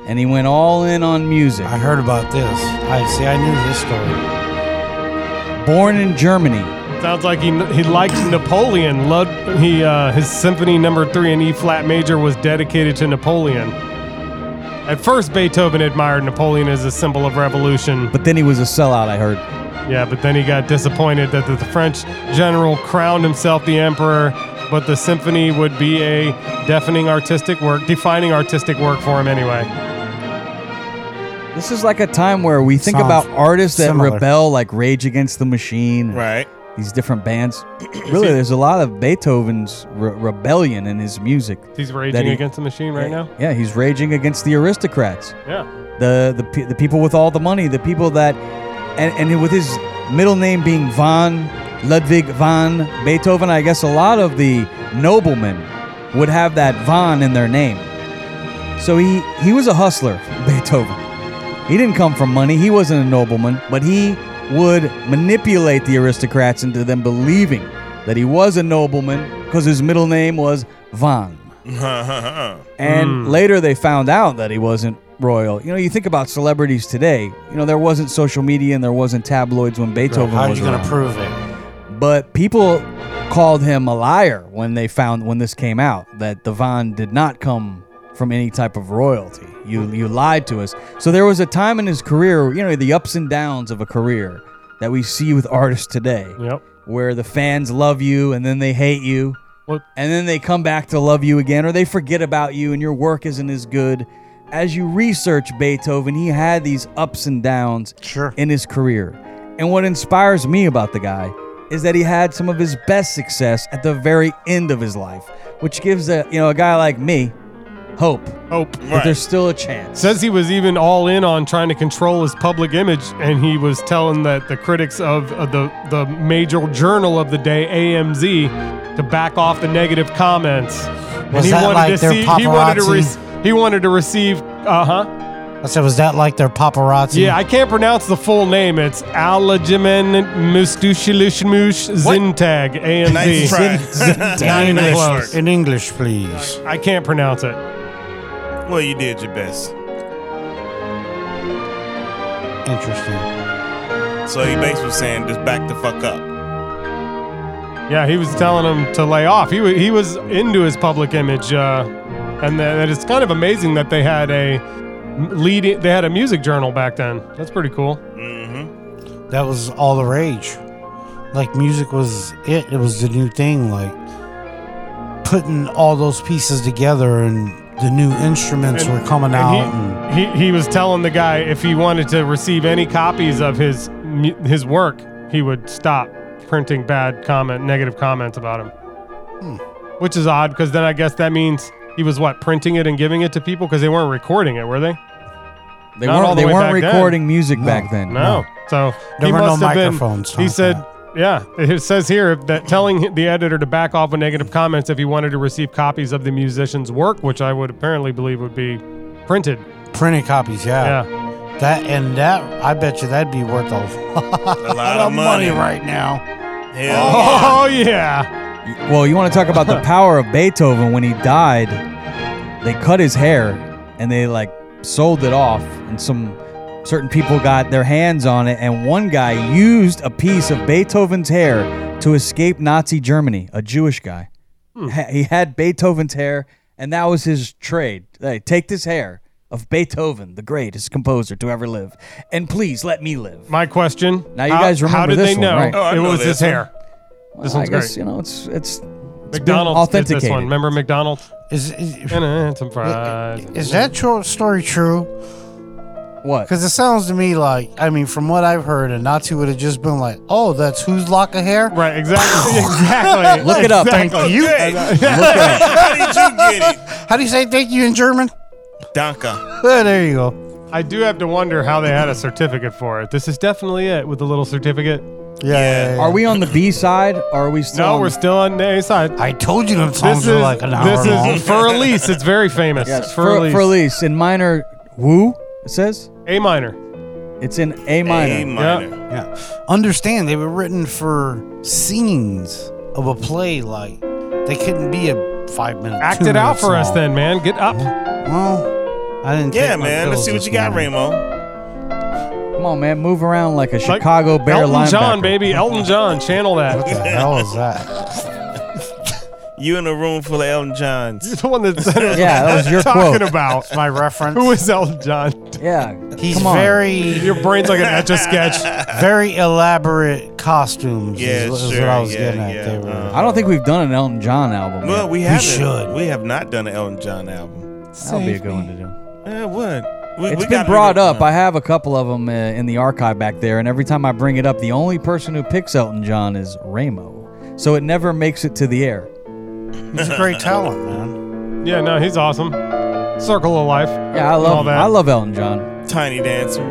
[SPEAKER 1] and he went all in on music.
[SPEAKER 3] I heard about this. I see. I knew this story.
[SPEAKER 1] Born in Germany,
[SPEAKER 2] Sounds like he he liked Napoleon. Loved he uh, his Symphony Number Three in E flat major was dedicated to Napoleon. At first, Beethoven admired Napoleon as a symbol of revolution.
[SPEAKER 1] but then he was a sellout, I heard.
[SPEAKER 2] Yeah, but then he got disappointed that the French general crowned himself the emperor, but the symphony would be a deafening artistic work, defining artistic work for him anyway.
[SPEAKER 1] This is like a time where we think
[SPEAKER 3] Sounds
[SPEAKER 1] about artists that
[SPEAKER 3] similar.
[SPEAKER 1] rebel, like Rage Against the Machine, and
[SPEAKER 4] Right.
[SPEAKER 1] these different bands. really, there's a lot of Beethoven's re- rebellion in his music.
[SPEAKER 2] He's
[SPEAKER 1] That
[SPEAKER 2] raging
[SPEAKER 1] he-
[SPEAKER 2] against the machine right now.
[SPEAKER 1] Yeah, he's raging against the aristocrats.
[SPEAKER 2] Yeah.
[SPEAKER 1] the the, pe- the people with all the money, the people that, and, and with his middle name being von Ludwig von Beethoven, I guess a lot of the noblemen would have that von in their name. So he he was a hustler, Beethoven. He didn't come from money. He wasn't a nobleman, but he would manipulate the aristocrats into them believing that he was a nobleman because his middle name was von.
[SPEAKER 3] Hmm.
[SPEAKER 1] And later they found out that he wasn't royal. You know, you think about celebrities today. You know, there wasn't social media and there wasn't tabloids when Beethoven
[SPEAKER 3] How are
[SPEAKER 1] was
[SPEAKER 3] you going
[SPEAKER 1] around.
[SPEAKER 3] to prove it?
[SPEAKER 1] but people called him a liar when they found when this came out that the Von did not come from any type of royalty. You you lied to us. So there was a time in his career, you know, the ups and downs of a career that we see with artists today,
[SPEAKER 2] Yep.
[SPEAKER 1] where the fans love you and then they hate you,
[SPEAKER 2] Well-
[SPEAKER 1] and then they come back to love you again, or they forget about you and your work isn't as good. As you research Beethoven, he had these ups and downs
[SPEAKER 3] Sure.
[SPEAKER 1] in his career. And what inspires me about the guy is that he had some of his best success at the very end of his life, which gives a you know a guy like me hope
[SPEAKER 2] Oh,
[SPEAKER 1] that there's still a chance.
[SPEAKER 2] Says he was even all in on trying to control his public image, and he was telling that the critics of, of the the major journal of the day, AMZ, to back off the negative comments.
[SPEAKER 3] Was that like their
[SPEAKER 2] he wanted to
[SPEAKER 3] paparazzi?
[SPEAKER 2] rec- he wanted to receive uh huh
[SPEAKER 3] I said, was that like their paparazzi?
[SPEAKER 2] yeah I can't pronounce the full name it's Alajimen Mustushilushmush Zintag
[SPEAKER 4] Nice
[SPEAKER 2] AMZ
[SPEAKER 4] try. Not
[SPEAKER 3] in
[SPEAKER 4] even
[SPEAKER 2] English.
[SPEAKER 4] close.
[SPEAKER 3] English, in English, please.
[SPEAKER 2] I can't pronounce it
[SPEAKER 4] Well, you did your best.
[SPEAKER 3] Interesting.
[SPEAKER 4] So he basically was saying, just back the fuck up.
[SPEAKER 2] Yeah, he was telling him to lay off. He, wa he was into his public image, uh, and that, that it's kind of amazing that they had a m- leading. They had a music journal back then. That's pretty cool.
[SPEAKER 3] That was all the rage. Like music was it. It was the new thing. Like putting all those pieces together, and the new instruments
[SPEAKER 2] And-
[SPEAKER 3] were
[SPEAKER 2] and
[SPEAKER 3] coming out. and
[SPEAKER 2] he, he he was telling the guy if he wanted to receive any copies of his mu- his work, he would stop printing bad comment, negative comments about him.
[SPEAKER 3] Hmm.
[SPEAKER 2] Which is odd because then I guess that means he was what printing it and giving it to people because they weren't recording it, were they?
[SPEAKER 1] They
[SPEAKER 2] Not all
[SPEAKER 1] weren't
[SPEAKER 2] the
[SPEAKER 1] they
[SPEAKER 2] way
[SPEAKER 1] weren't
[SPEAKER 2] back then.
[SPEAKER 1] recording music back then.
[SPEAKER 2] No. So
[SPEAKER 3] There
[SPEAKER 2] he
[SPEAKER 3] were no
[SPEAKER 2] must have
[SPEAKER 3] microphones,
[SPEAKER 2] been. He
[SPEAKER 3] Tom,
[SPEAKER 2] said,
[SPEAKER 3] yeah.
[SPEAKER 2] "Yeah." It says here that telling the editor to back off with negative comments if he wanted to receive copies of the musician's work, which I would apparently believe would be printed.
[SPEAKER 3] Printed copies, yeah.
[SPEAKER 2] Yeah.
[SPEAKER 3] That and that. I bet you that'd be worth a lot,
[SPEAKER 4] A lot
[SPEAKER 3] of
[SPEAKER 4] of money.
[SPEAKER 3] money right now.
[SPEAKER 4] Hell
[SPEAKER 2] Oh yeah.
[SPEAKER 1] Well, you want to talk about the power of Beethoven when he died? They cut his hair and they like sold it off, and some certain people got their hands on it. And one guy used a piece of Beethoven's hair to escape Nazi Germany. A Jewish guy.
[SPEAKER 2] Hmm.
[SPEAKER 1] Ha- He had Beethoven's hair, and that was his trade. Hey, take this hair of Beethoven, the greatest composer to ever live, and please let me live.
[SPEAKER 2] My question.
[SPEAKER 1] Now you
[SPEAKER 2] how-
[SPEAKER 1] guys
[SPEAKER 2] How
[SPEAKER 1] remember
[SPEAKER 2] did
[SPEAKER 1] this
[SPEAKER 2] they
[SPEAKER 1] one,
[SPEAKER 2] know
[SPEAKER 1] right?
[SPEAKER 4] Oh, I
[SPEAKER 2] it
[SPEAKER 4] know
[SPEAKER 2] was
[SPEAKER 4] this
[SPEAKER 2] his
[SPEAKER 4] one.
[SPEAKER 2] hair? This
[SPEAKER 1] Well, I
[SPEAKER 2] one's
[SPEAKER 1] guess
[SPEAKER 2] great.
[SPEAKER 1] you know it's it's, it's been
[SPEAKER 2] McDonald's did this
[SPEAKER 1] authenticated.
[SPEAKER 2] one. Remember McDonald's?
[SPEAKER 3] Is is,
[SPEAKER 2] And uh, some fries.
[SPEAKER 3] is that short story true?
[SPEAKER 1] What?
[SPEAKER 3] Because it sounds to me like, I mean, from what I've heard, a Nazi would have just been like, oh, that's whose lock of hair?
[SPEAKER 2] Right, exactly. exactly.
[SPEAKER 1] Look it up.
[SPEAKER 2] Exactly.
[SPEAKER 3] Thank you.
[SPEAKER 4] How did you get it?
[SPEAKER 3] How do you say thank you in German?
[SPEAKER 4] Danka.
[SPEAKER 3] Oh, there you go.
[SPEAKER 2] I do have to wonder how they had a certificate for it. This is definitely it with the little certificate.
[SPEAKER 3] Yeah. yeah, yeah.
[SPEAKER 1] Are we on the B side? Or are we still?
[SPEAKER 2] No,
[SPEAKER 1] on
[SPEAKER 2] we're
[SPEAKER 1] the-
[SPEAKER 2] still on the A side.
[SPEAKER 3] I told you them
[SPEAKER 2] This
[SPEAKER 3] songs
[SPEAKER 2] is
[SPEAKER 3] are like an hour
[SPEAKER 2] this
[SPEAKER 3] long.
[SPEAKER 2] is for Elise. It's very famous.
[SPEAKER 1] yes,
[SPEAKER 2] for,
[SPEAKER 1] for,
[SPEAKER 2] Elise.
[SPEAKER 1] for Elise in minor. Woo. It says
[SPEAKER 2] A minor.
[SPEAKER 1] it's in A
[SPEAKER 4] A
[SPEAKER 1] minor.
[SPEAKER 4] minor.
[SPEAKER 3] yeah. Understand, they were written for scenes of a play. Like, they couldn't be a five minute
[SPEAKER 2] Act
[SPEAKER 3] two
[SPEAKER 2] it out
[SPEAKER 3] minute
[SPEAKER 2] for us
[SPEAKER 3] song.
[SPEAKER 2] then, man. Get up.
[SPEAKER 3] Well, I didn't
[SPEAKER 4] Yeah,
[SPEAKER 3] take my
[SPEAKER 4] man. Let's
[SPEAKER 3] pills
[SPEAKER 4] see what
[SPEAKER 3] this
[SPEAKER 4] you got,
[SPEAKER 3] morning.
[SPEAKER 4] Ramo.
[SPEAKER 1] Come on, man, move around like a
[SPEAKER 2] Like
[SPEAKER 1] Chicago Bear
[SPEAKER 2] Elton
[SPEAKER 1] linebacker.
[SPEAKER 2] John, baby. Elton John. Channel
[SPEAKER 3] What
[SPEAKER 2] that.
[SPEAKER 3] the hell is that?
[SPEAKER 4] You in a room full of Elton Johns.
[SPEAKER 2] the one that said
[SPEAKER 1] Yeah, that was your
[SPEAKER 2] talking
[SPEAKER 1] quote.
[SPEAKER 2] about.
[SPEAKER 3] My reference.
[SPEAKER 2] Who is Elton John?
[SPEAKER 1] Yeah,
[SPEAKER 3] He's
[SPEAKER 1] Come on.
[SPEAKER 3] very,
[SPEAKER 2] Your brain's like an etch a sketch.
[SPEAKER 3] very elaborate costumes.
[SPEAKER 4] Yeah,
[SPEAKER 3] is, is
[SPEAKER 4] sure,
[SPEAKER 3] what I was
[SPEAKER 4] yeah,
[SPEAKER 3] getting at.
[SPEAKER 4] yeah,
[SPEAKER 3] They were.
[SPEAKER 4] uh,
[SPEAKER 1] I don't think we've done an Elton John album.
[SPEAKER 4] Well,
[SPEAKER 1] yet.
[SPEAKER 4] we haven't.
[SPEAKER 3] should.
[SPEAKER 4] We have not done an Elton John album.
[SPEAKER 1] that'll be a good one to do.
[SPEAKER 4] Eh, what? We,
[SPEAKER 1] It's
[SPEAKER 4] we
[SPEAKER 1] been
[SPEAKER 4] gotta
[SPEAKER 1] brought
[SPEAKER 4] do
[SPEAKER 1] up. I
[SPEAKER 4] one.
[SPEAKER 1] have a couple of them uh, in the archive back there, and every time I bring it up, the only person who picks Elton John is Ramo, so it never makes it to the air.
[SPEAKER 3] He's a great talent, man.
[SPEAKER 2] Yeah, no, he's awesome. Circle of life.
[SPEAKER 1] Yeah, I
[SPEAKER 2] All
[SPEAKER 1] love
[SPEAKER 2] that.
[SPEAKER 1] I love Elton John.
[SPEAKER 4] Tiny Dancer.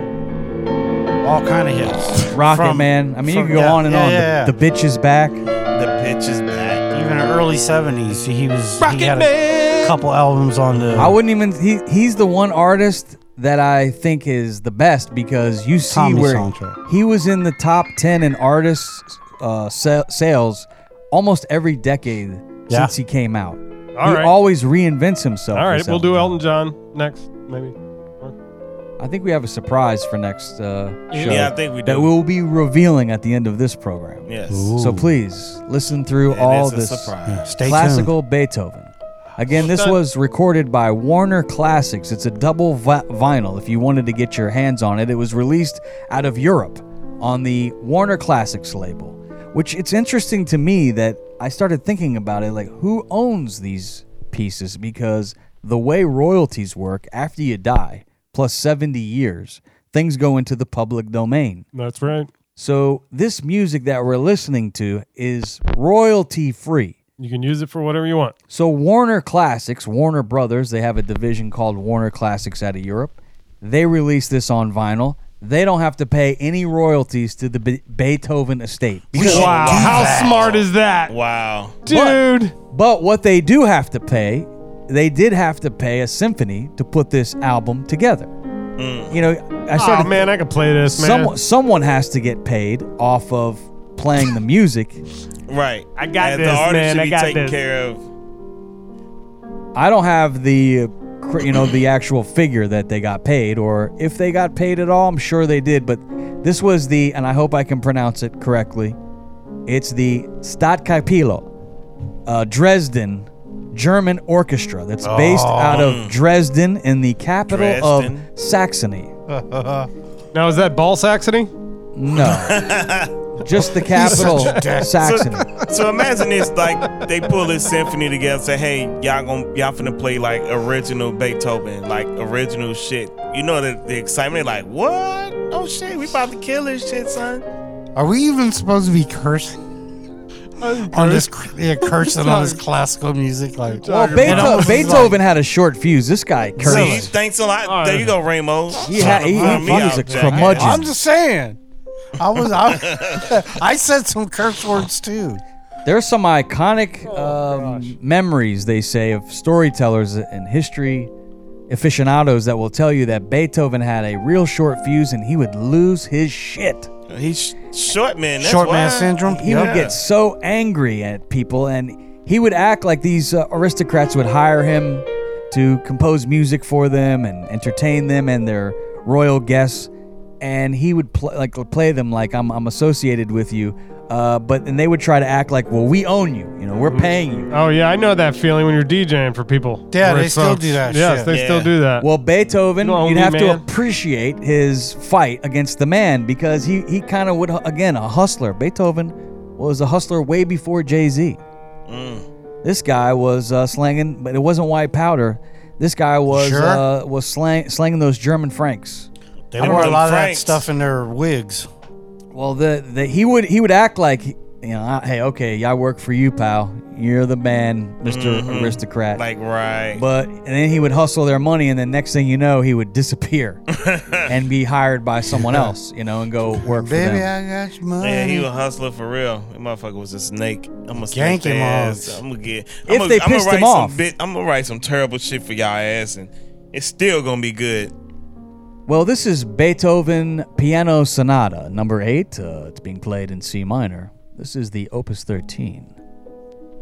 [SPEAKER 3] All kind of hits.
[SPEAKER 1] Rocket
[SPEAKER 3] From-
[SPEAKER 1] Man. I mean, you
[SPEAKER 3] from-
[SPEAKER 1] can go
[SPEAKER 3] yeah,
[SPEAKER 1] on and
[SPEAKER 3] yeah,
[SPEAKER 1] on.
[SPEAKER 3] yeah,
[SPEAKER 1] the, the bitch is back.
[SPEAKER 4] The pitch is back.
[SPEAKER 3] Even in the early '70s, he was.
[SPEAKER 2] Rocket
[SPEAKER 3] he had
[SPEAKER 2] Man.
[SPEAKER 3] a couple albums on the.
[SPEAKER 1] I wouldn't even. He, he's the one artist that I think is the best because you see
[SPEAKER 3] Tommy
[SPEAKER 1] where
[SPEAKER 3] soundtrack.
[SPEAKER 1] he was in the top ten in artists uh, sa- sales almost every decade
[SPEAKER 3] Yeah.
[SPEAKER 1] since he came out.
[SPEAKER 2] All
[SPEAKER 1] he
[SPEAKER 2] right.
[SPEAKER 1] always reinvents himself.
[SPEAKER 2] All right,
[SPEAKER 1] as
[SPEAKER 2] we'll do
[SPEAKER 1] Elton
[SPEAKER 2] Elton John next, maybe.
[SPEAKER 1] John. I think we have a surprise for next uh, show
[SPEAKER 4] Yeah, I think we
[SPEAKER 1] that
[SPEAKER 4] do.
[SPEAKER 1] we'll be revealing at the end of this program.
[SPEAKER 4] yes.
[SPEAKER 3] Ooh.
[SPEAKER 1] So please listen through
[SPEAKER 4] It
[SPEAKER 1] all
[SPEAKER 4] is a
[SPEAKER 1] this
[SPEAKER 4] surprise.
[SPEAKER 3] Yeah, stay
[SPEAKER 1] classical Beethoven.
[SPEAKER 3] tuned.
[SPEAKER 1] Again, this was recorded by Warner Classics. It's a double vi- vinyl if you wanted to get your hands on it. It was released out of Europe on the Warner Classics label, which it's interesting to me that I started thinking about it like who owns these pieces because the way royalties work after you die, plus 70 years, things go into the public domain.
[SPEAKER 2] That's right.
[SPEAKER 1] So this music that we're listening to is royalty free.
[SPEAKER 2] You can use it for whatever you want.
[SPEAKER 1] So Warner Classics, Warner Brothers, they have a division called Warner Classics out of Europe. They release this on vinyl. They don't have to pay any royalties to the Be- Beethoven estate.
[SPEAKER 2] Wow. How smart is that?
[SPEAKER 4] Wow.
[SPEAKER 2] Dude.
[SPEAKER 1] But what they do have to pay, they did have to pay a symphony to put this album together. You know, I
[SPEAKER 2] Oh
[SPEAKER 1] started
[SPEAKER 2] man, I could play this, man.
[SPEAKER 1] someone someone has to get paid off of playing the music.
[SPEAKER 4] Right.
[SPEAKER 2] I got
[SPEAKER 4] and
[SPEAKER 2] this,
[SPEAKER 4] The artist
[SPEAKER 2] man.
[SPEAKER 4] should
[SPEAKER 2] I
[SPEAKER 4] be
[SPEAKER 2] got
[SPEAKER 4] taken
[SPEAKER 2] this.
[SPEAKER 4] care of.
[SPEAKER 1] I don't have the uh, cr- you know the actual figure that they got paid or if they got paid at all. I'm sure they did, but this was the and I hope I can pronounce it correctly. It's the Stadtkapelle, uh, Dresden German orchestra that's based out of Dresden in the capital
[SPEAKER 4] Oh. Dresden.
[SPEAKER 1] of Saxony.
[SPEAKER 2] Now is that ball saxony?
[SPEAKER 1] No. Just the capital, Saxony.
[SPEAKER 4] So imagine it's like they pull this symphony together. Say, hey, y'all gonna y'all finna play like original Beethoven, like original shit. You know the, the excitement. Like what? Oh shit, we about to kill this shit, son.
[SPEAKER 3] Are we even supposed to be cursing on this? cr- Yeah, cursing on this classical music. Like,
[SPEAKER 1] Well, Beethoven, Oh, Beethoven had a short fuse. This guy cursed.
[SPEAKER 4] See, thanks a lot. there you go, Ramo.
[SPEAKER 1] He, had, he, he,
[SPEAKER 4] Trying to
[SPEAKER 1] he
[SPEAKER 4] bum me
[SPEAKER 1] was a
[SPEAKER 4] out, Jack.
[SPEAKER 1] curmudgeon.
[SPEAKER 3] I'm just saying. I was. I, I said some curse words too.
[SPEAKER 1] There's some iconic um, memories, they say, of storytellers and history aficionados that will tell you that Beethoven had a real short fuse and he would lose his shit.
[SPEAKER 4] He's short man. That's
[SPEAKER 3] Short
[SPEAKER 4] why.
[SPEAKER 3] man syndrome.
[SPEAKER 1] He would get so angry at people and he would act like these uh, aristocrats would hire him to compose music for them and entertain them and their royal guests and he would pl- like play them like I'm, I'm associated with you uh, but and they would try to act like well we own you you know we're paying you
[SPEAKER 2] Oh yeah, I know that feeling when you're DJing for people.
[SPEAKER 3] Yeah, they
[SPEAKER 2] Rich
[SPEAKER 3] still
[SPEAKER 2] folks.
[SPEAKER 3] do that
[SPEAKER 2] Yes,
[SPEAKER 3] shit.
[SPEAKER 2] they still do that.
[SPEAKER 1] Well, Beethoven,
[SPEAKER 2] No,
[SPEAKER 1] you'd
[SPEAKER 2] we
[SPEAKER 1] have to
[SPEAKER 2] man.
[SPEAKER 1] appreciate his fight against the man because he, he kind of would, again, a hustler. Beethoven was a hustler way before Jay Z. This guy was uh, slanging, but it wasn't white powder. This guy was
[SPEAKER 3] Sure.
[SPEAKER 1] uh, was slang, slanging those German francs.
[SPEAKER 3] They
[SPEAKER 4] Them
[SPEAKER 3] wore a
[SPEAKER 4] dumb
[SPEAKER 3] lot
[SPEAKER 4] Franks.
[SPEAKER 3] of that stuff in their wigs.
[SPEAKER 1] Well, the, the he would he would act like you know, I- hey, okay, I work for you, pal. You're the man, Mister Aristocrat.
[SPEAKER 4] Like right.
[SPEAKER 1] But and then he would hustle their money, and then next thing you know, he would disappear and be hired by someone else, you know, and go work for
[SPEAKER 3] Baby,
[SPEAKER 1] them.
[SPEAKER 3] I got your money.
[SPEAKER 4] Yeah, he was a hustler for real. That motherfucker was a snake. I'm a snake
[SPEAKER 3] Yank
[SPEAKER 4] their
[SPEAKER 3] him
[SPEAKER 4] ass.
[SPEAKER 3] off.
[SPEAKER 4] I'm gonna get.
[SPEAKER 1] If
[SPEAKER 4] I'm
[SPEAKER 1] they
[SPEAKER 4] I'm
[SPEAKER 1] pissed him
[SPEAKER 4] write
[SPEAKER 1] off.
[SPEAKER 4] some bit, I'm gonna write some terrible shit for y'all ass, and it's still gonna be good.
[SPEAKER 1] Well, this is Beethoven Piano Sonata number eight. Uh, it's being played in C minor. This is the Opus 13.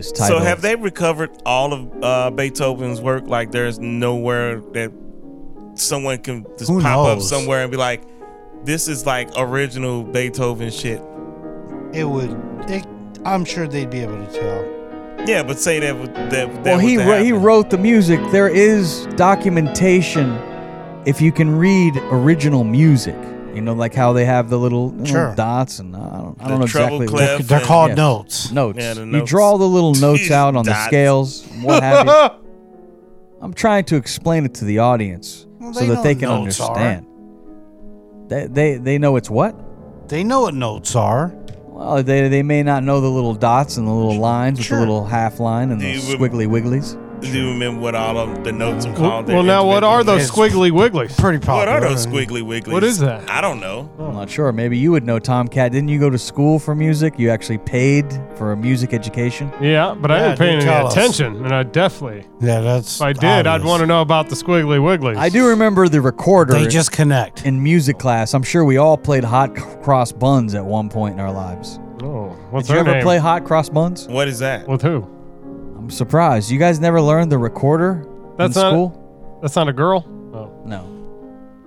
[SPEAKER 1] is
[SPEAKER 4] So
[SPEAKER 1] titled.
[SPEAKER 4] have they recovered all of uh, Beethoven's work? Like there's nowhere that someone can just
[SPEAKER 3] Who
[SPEAKER 4] pop up
[SPEAKER 3] knows?
[SPEAKER 4] somewhere and be like, "This is like original Beethoven shit."
[SPEAKER 3] It would. They, I'm sure they'd be able to tell.
[SPEAKER 4] Yeah, but say that would- that. that
[SPEAKER 1] well,
[SPEAKER 4] was
[SPEAKER 1] he
[SPEAKER 4] to
[SPEAKER 1] wr- he
[SPEAKER 4] happen.
[SPEAKER 1] wrote the music. There is documentation if you can read original music. You know, like how they have the little, little
[SPEAKER 3] Sure.
[SPEAKER 1] dots and uh, I don't, I
[SPEAKER 4] The
[SPEAKER 1] don't know
[SPEAKER 4] treble
[SPEAKER 1] exactly.
[SPEAKER 4] clef
[SPEAKER 3] They're
[SPEAKER 4] and-
[SPEAKER 3] called
[SPEAKER 1] Yeah.
[SPEAKER 3] notes.
[SPEAKER 1] notes.
[SPEAKER 4] Yeah, the
[SPEAKER 1] You
[SPEAKER 4] notes.
[SPEAKER 1] draw the little notes out on the
[SPEAKER 4] Dots.
[SPEAKER 1] scales, and what have you. I'm trying to explain it to the audience so
[SPEAKER 3] they
[SPEAKER 1] that
[SPEAKER 3] know
[SPEAKER 1] they can
[SPEAKER 3] notes are.
[SPEAKER 1] understand. They, they they know it's what?
[SPEAKER 3] They know what notes are.
[SPEAKER 1] Well, they, they may not know the little dots and the little lines with
[SPEAKER 3] Sure.
[SPEAKER 1] the little half line and
[SPEAKER 4] Do
[SPEAKER 1] the
[SPEAKER 4] you rem-
[SPEAKER 1] squiggly wigglies.
[SPEAKER 4] Do you remember what all of the notes are
[SPEAKER 2] Well,
[SPEAKER 4] called?
[SPEAKER 2] well, now what are those squiggly wigglies?
[SPEAKER 3] Pretty popular.
[SPEAKER 4] What are those squiggly wigglies?
[SPEAKER 2] What is that?
[SPEAKER 4] I don't know.
[SPEAKER 1] I'm not sure. Maybe you would know, Tomcat. Didn't you go to school for music? You actually paid for a music education.
[SPEAKER 2] Yeah, but I
[SPEAKER 3] Yeah,
[SPEAKER 2] didn't pay
[SPEAKER 3] dude,
[SPEAKER 2] any
[SPEAKER 3] tell us.
[SPEAKER 2] attention, and I definitely,
[SPEAKER 3] Yeah, that's.
[SPEAKER 2] if I did, I'd want to know about the squiggly wigglies.
[SPEAKER 1] I do remember the recorder
[SPEAKER 3] They just connect.
[SPEAKER 1] in music class. I'm sure we all played hot c- cross buns at one point in our lives.
[SPEAKER 2] Oh, what's
[SPEAKER 1] Did you
[SPEAKER 2] her
[SPEAKER 1] ever
[SPEAKER 2] name?
[SPEAKER 1] play hot cross buns?
[SPEAKER 4] What is that?
[SPEAKER 2] With who?
[SPEAKER 1] I'm surprised. You guys never learned the recorder
[SPEAKER 2] That's
[SPEAKER 1] in
[SPEAKER 2] not-
[SPEAKER 1] school?
[SPEAKER 2] That's not a girl. Oh,
[SPEAKER 1] No.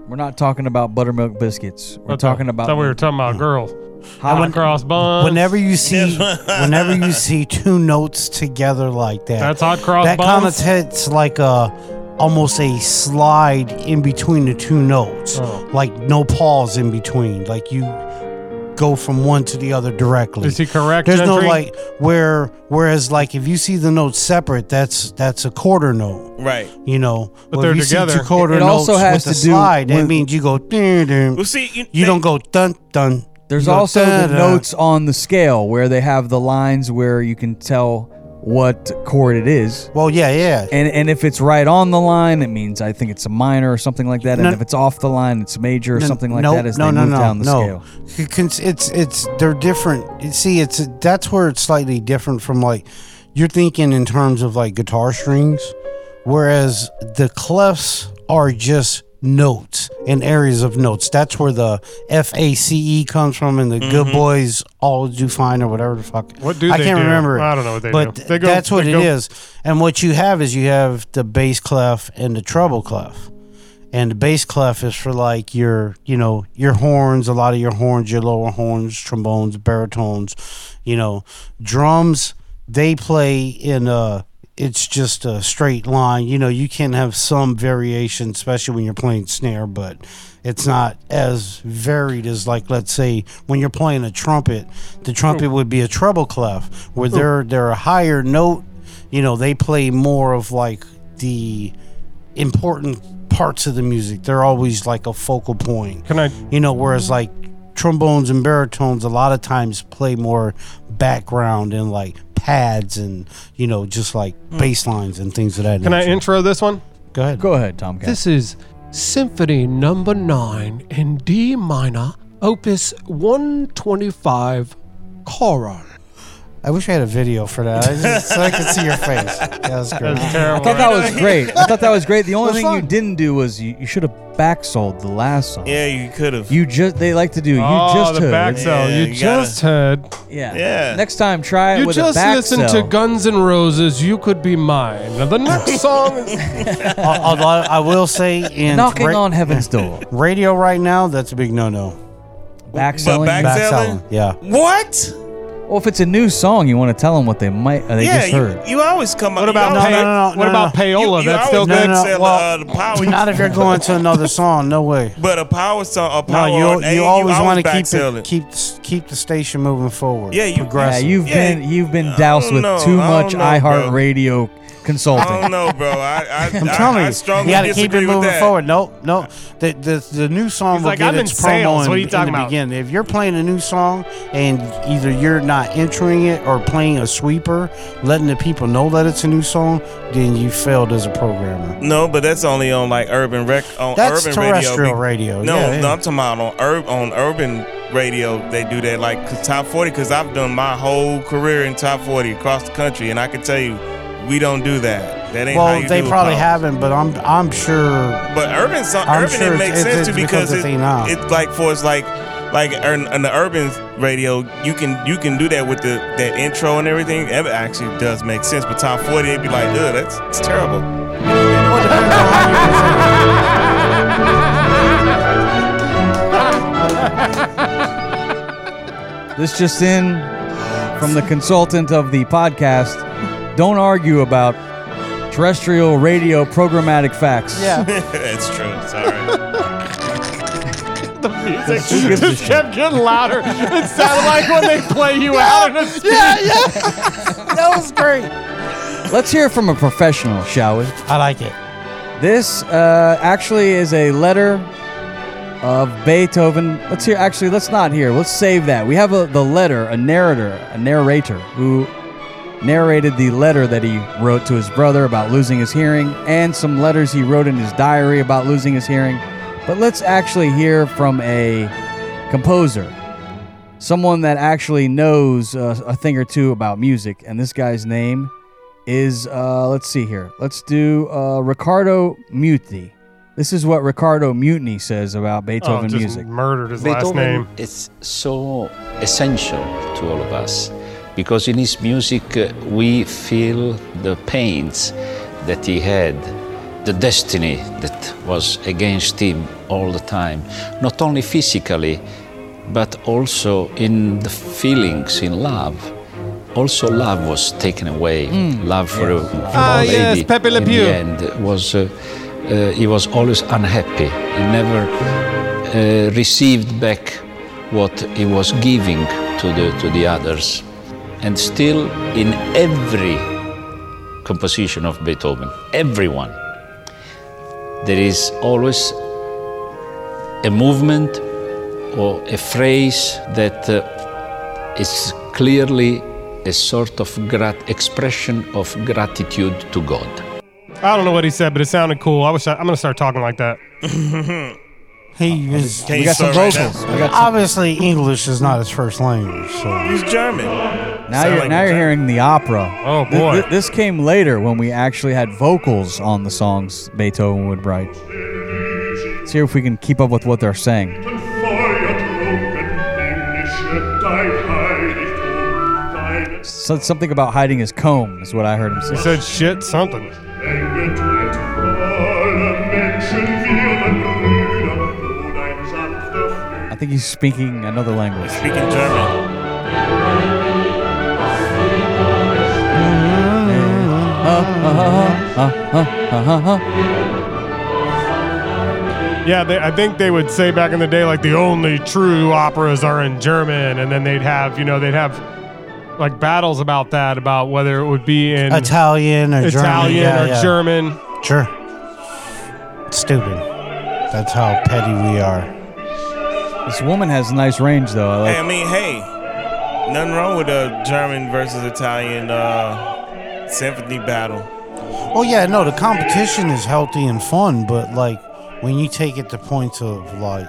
[SPEAKER 1] We're not talking about buttermilk biscuits. We're talking
[SPEAKER 2] I
[SPEAKER 1] about
[SPEAKER 2] thought we were talking about girls.
[SPEAKER 1] hot
[SPEAKER 2] Hot cross buns.
[SPEAKER 3] Whenever you see, whenever you see two notes together like that,
[SPEAKER 2] that's hot cross
[SPEAKER 3] that
[SPEAKER 2] buns.
[SPEAKER 3] connotates like a almost a slide in between the two notes,
[SPEAKER 2] Oh.
[SPEAKER 3] like no pause in between, like you go from one to the other directly.
[SPEAKER 2] Is he correct?
[SPEAKER 3] There's no
[SPEAKER 2] Gentry?
[SPEAKER 3] like where whereas like if you see the notes separate, that's that's a quarter note.
[SPEAKER 4] Right.
[SPEAKER 3] You know,
[SPEAKER 2] But
[SPEAKER 3] Well,
[SPEAKER 2] they're
[SPEAKER 3] if you see
[SPEAKER 2] together.
[SPEAKER 3] Two quarter
[SPEAKER 1] It- it
[SPEAKER 3] notes
[SPEAKER 1] also has
[SPEAKER 3] with
[SPEAKER 1] to
[SPEAKER 3] the
[SPEAKER 1] do
[SPEAKER 3] slide. That
[SPEAKER 1] with-
[SPEAKER 3] means you go. Dun, dun.
[SPEAKER 4] Well, see, you,
[SPEAKER 3] you don't go dun dun.
[SPEAKER 1] There's
[SPEAKER 3] You go,
[SPEAKER 1] also the
[SPEAKER 3] dun, dun.
[SPEAKER 1] notes on the scale where they have the lines where you can tell what chord it is.
[SPEAKER 3] Well, yeah, yeah.
[SPEAKER 1] And and if it's right on the line, it means I think it's a minor or something like that.
[SPEAKER 3] No.
[SPEAKER 1] and if it's off the line, it's major or
[SPEAKER 3] No,
[SPEAKER 1] something like
[SPEAKER 3] no,
[SPEAKER 1] that as
[SPEAKER 3] no,
[SPEAKER 1] they
[SPEAKER 3] no,
[SPEAKER 1] move
[SPEAKER 3] no,
[SPEAKER 1] down the
[SPEAKER 3] no.
[SPEAKER 1] scale.
[SPEAKER 3] You can- It's it's they're different. You See, it's that's where it's slightly different from like you're thinking in terms of like guitar strings, whereas the clefs are just notes and areas of notes. That's where the F A C E comes from, and the Good Boys All Do Fine or whatever the fuck.
[SPEAKER 2] Mm-hmm. What do
[SPEAKER 3] I
[SPEAKER 2] they
[SPEAKER 3] can't
[SPEAKER 2] do?
[SPEAKER 3] remember. it.
[SPEAKER 2] I don't know what they
[SPEAKER 3] but
[SPEAKER 2] do.
[SPEAKER 3] th-
[SPEAKER 2] They go-
[SPEAKER 3] that's what
[SPEAKER 2] they
[SPEAKER 3] it is.
[SPEAKER 2] go-
[SPEAKER 3] And what you have is you have the bass clef and the treble clef and the bass clef is for like your you know your horns a lot of your horns your lower horns trombones baritones you know drums they play in a it's just a straight line you know you can have some variation especially when you're playing snare but it's not as varied as like let's say when you're playing a trumpet the trumpet would be a treble clef where they're they're a higher note you know they play more of like the important parts of the music. They're always like a focal point.
[SPEAKER 2] Can I?
[SPEAKER 3] You know, whereas like trombones and baritones a lot of times play more background and like pads and you know just like bass lines and things of that
[SPEAKER 2] Hmm. Can I
[SPEAKER 3] nature.
[SPEAKER 2] intro this one?
[SPEAKER 3] Go ahead.
[SPEAKER 1] Go ahead, Tomcat.
[SPEAKER 7] This is Symphony Number Nine in D minor, Opus 125, Choral.
[SPEAKER 3] I wish I had a video for that I just, so I could see your face. Yeah, That's great.
[SPEAKER 2] That's
[SPEAKER 1] I
[SPEAKER 2] terrible.
[SPEAKER 1] thought that was great. I thought that was great. The only
[SPEAKER 3] It was
[SPEAKER 1] thing you
[SPEAKER 3] fun.
[SPEAKER 1] didn't do was you, you should have back sold the last song.
[SPEAKER 4] Yeah, you could have.
[SPEAKER 1] You just they like to do. You
[SPEAKER 2] oh,
[SPEAKER 1] just
[SPEAKER 2] the
[SPEAKER 1] heard.
[SPEAKER 2] back sell.
[SPEAKER 4] Yeah,
[SPEAKER 2] you,
[SPEAKER 4] you gotta-
[SPEAKER 2] just heard.
[SPEAKER 1] Yeah.
[SPEAKER 4] Yeah.
[SPEAKER 1] Next time, try it
[SPEAKER 7] You
[SPEAKER 1] with
[SPEAKER 7] just
[SPEAKER 1] a back
[SPEAKER 7] listened
[SPEAKER 1] sell.
[SPEAKER 7] to Guns N' Roses, You Could Be Mine. Now, the next song is.
[SPEAKER 3] Although I will say in
[SPEAKER 1] Knocking
[SPEAKER 3] ra-
[SPEAKER 1] on heaven's door.
[SPEAKER 3] radio right now, that's a big no-no.
[SPEAKER 1] Back
[SPEAKER 4] but
[SPEAKER 1] selling.
[SPEAKER 4] back,
[SPEAKER 3] Back
[SPEAKER 4] selling?
[SPEAKER 3] selling, yeah.
[SPEAKER 4] What?
[SPEAKER 1] Well, if it's a new song, you want to tell them what they might uh, they
[SPEAKER 4] yeah,
[SPEAKER 1] just heard.
[SPEAKER 4] you, you always come out.
[SPEAKER 2] What about
[SPEAKER 3] No,
[SPEAKER 4] you
[SPEAKER 3] no,
[SPEAKER 2] pay-
[SPEAKER 3] no, no,
[SPEAKER 2] What
[SPEAKER 3] no,
[SPEAKER 2] about
[SPEAKER 3] no.
[SPEAKER 2] payola?
[SPEAKER 4] you, you
[SPEAKER 2] That's still
[SPEAKER 4] always
[SPEAKER 3] No,
[SPEAKER 2] good.
[SPEAKER 3] no,
[SPEAKER 4] back sell,
[SPEAKER 3] well,
[SPEAKER 4] uh, the power. you-
[SPEAKER 3] Not if you're going to another song. No way.
[SPEAKER 4] but a power song, a
[SPEAKER 3] No,
[SPEAKER 4] power.
[SPEAKER 3] you,
[SPEAKER 4] on,
[SPEAKER 3] you always want to
[SPEAKER 4] back
[SPEAKER 3] keep
[SPEAKER 4] selling.
[SPEAKER 3] it, keep the s- keep the station moving forward.
[SPEAKER 4] Yeah, you-
[SPEAKER 1] Yeah,
[SPEAKER 3] progressive.
[SPEAKER 1] you've
[SPEAKER 4] Yeah,
[SPEAKER 1] been you've been doused
[SPEAKER 4] don't
[SPEAKER 1] with
[SPEAKER 4] know.
[SPEAKER 1] too
[SPEAKER 4] I don't
[SPEAKER 1] much
[SPEAKER 4] know,
[SPEAKER 1] iHeartRadio
[SPEAKER 4] I don't
[SPEAKER 1] consulting.
[SPEAKER 4] know, bro. I, I,
[SPEAKER 3] I'm telling
[SPEAKER 4] I,
[SPEAKER 3] you,
[SPEAKER 4] I strongly
[SPEAKER 3] you gotta
[SPEAKER 4] disagree
[SPEAKER 3] keep it
[SPEAKER 4] with
[SPEAKER 3] moving
[SPEAKER 4] that.
[SPEAKER 3] forward. Nope, nope. The, the the new song
[SPEAKER 2] He's
[SPEAKER 3] will
[SPEAKER 2] like,
[SPEAKER 3] get
[SPEAKER 2] "I'm in
[SPEAKER 3] its
[SPEAKER 2] sales.
[SPEAKER 3] promo in,
[SPEAKER 2] What are you
[SPEAKER 3] in
[SPEAKER 2] talking
[SPEAKER 3] the
[SPEAKER 2] about?"
[SPEAKER 3] beginning. If you're playing a new song and either you're not entering it or playing a sweeper, letting the people know that it's a new song, then you failed as a programmer.
[SPEAKER 4] No, but that's only on like urban rec on
[SPEAKER 3] That's
[SPEAKER 4] urban
[SPEAKER 3] terrestrial
[SPEAKER 4] radio.
[SPEAKER 3] radio.
[SPEAKER 4] No,
[SPEAKER 3] yeah, yeah.
[SPEAKER 4] no, I'm talking about on ur- on urban radio. They do that like 'cause top forty because I've done my whole career in top forty across the country, and I can tell you, we don't do that. That ain't how
[SPEAKER 3] well,
[SPEAKER 4] you
[SPEAKER 3] they
[SPEAKER 4] do it,
[SPEAKER 3] probably
[SPEAKER 4] Paul.
[SPEAKER 3] haven't, but I'm I'm sure
[SPEAKER 4] But urban song,
[SPEAKER 3] I'm
[SPEAKER 4] urban
[SPEAKER 3] sure
[SPEAKER 4] it makes
[SPEAKER 3] it's-
[SPEAKER 4] sense
[SPEAKER 3] it's
[SPEAKER 4] to because
[SPEAKER 3] because
[SPEAKER 4] it,
[SPEAKER 3] it's a knob.
[SPEAKER 4] it's like for us like like on on the urban radio you can you can do that with the that intro and everything. It actually does make sense. But top forty, it'd be like, ugh, that's it's terrible.
[SPEAKER 1] this just in from the consultant of the podcast. Don't argue about terrestrial radio programmatic facts.
[SPEAKER 3] Yeah.
[SPEAKER 4] it's true. Sorry.
[SPEAKER 2] music just kept getting louder. It sounded like when they play you out in a
[SPEAKER 3] yeah, yeah. that was great.
[SPEAKER 1] Let's hear from a professional, shall we?
[SPEAKER 3] I like it.
[SPEAKER 1] This uh, actually is a letter of Beethoven. Let's hear. Actually, let's not hear. Let's save that. We have a, the letter, a narrator, a narrator who narrated the letter that he wrote to his brother about losing his hearing, and some letters he wrote in his diary about losing his hearing. But let's actually hear from a composer, someone that actually knows uh, a thing or two about music. And this guy's name is uh, let's see here. Let's do uh, Ricardo Muti. This is what Ricardo Mutiny says about
[SPEAKER 2] Oh,
[SPEAKER 1] Beethoven
[SPEAKER 2] just
[SPEAKER 1] music.
[SPEAKER 2] murdered his last
[SPEAKER 8] Beethoven
[SPEAKER 2] name.
[SPEAKER 8] is so essential to all of us because in his music uh, we feel the pains that he had, the destiny that was against him all the time, not only physically but also in the feelings, in love. Also, love was taken away. Love for a, for
[SPEAKER 2] Ah,
[SPEAKER 8] a
[SPEAKER 2] Mm. yes,
[SPEAKER 8] lady
[SPEAKER 2] Pepe Le
[SPEAKER 8] in
[SPEAKER 2] Pew.
[SPEAKER 8] the end was uh, uh, he was always unhappy. He never uh, received back what he was giving to the, to the others. And still, in every composition of Beethoven, everyone, there is always a movement or a phrase that uh, is clearly a sort of grat- expression of gratitude to God.
[SPEAKER 2] I don't know what he said, but it sounded cool. I wish I, I'm gonna start talking like that.
[SPEAKER 3] He was
[SPEAKER 4] Can
[SPEAKER 1] We
[SPEAKER 4] you
[SPEAKER 1] got some
[SPEAKER 4] start right
[SPEAKER 1] vocals.
[SPEAKER 4] now?
[SPEAKER 1] We got some-
[SPEAKER 3] obviously English is not his first language, so
[SPEAKER 4] He's German.
[SPEAKER 1] now you're,
[SPEAKER 4] like
[SPEAKER 1] now you're
[SPEAKER 4] that.
[SPEAKER 1] hearing the opera.
[SPEAKER 2] Oh,
[SPEAKER 1] Th-
[SPEAKER 2] boy.
[SPEAKER 1] th- this came later when we actually had vocals on the songs Beethoven would write. Let's hear if we can keep up with what they're saying. So, something about hiding his comb is what I heard him
[SPEAKER 2] He
[SPEAKER 1] say.
[SPEAKER 2] said shit something.
[SPEAKER 1] I think he's speaking another language.
[SPEAKER 4] Speaking German.
[SPEAKER 2] Yeah, they, I think they would say back in the day like the only true operas are in German, and then they'd have you know they'd have like battles about that about whether it would be in
[SPEAKER 3] Italian or
[SPEAKER 2] Italian
[SPEAKER 3] German. Yeah,
[SPEAKER 2] or
[SPEAKER 3] yeah.
[SPEAKER 2] German.
[SPEAKER 3] Sure. Stupid. That's how petty we are.
[SPEAKER 1] This woman has nice range, though. I
[SPEAKER 4] Hey,
[SPEAKER 1] like.
[SPEAKER 4] I mean, hey, nothing wrong with a German versus Italian uh, symphony battle.
[SPEAKER 3] Oh yeah, no, the competition is healthy and fun, but like when you take it to points of like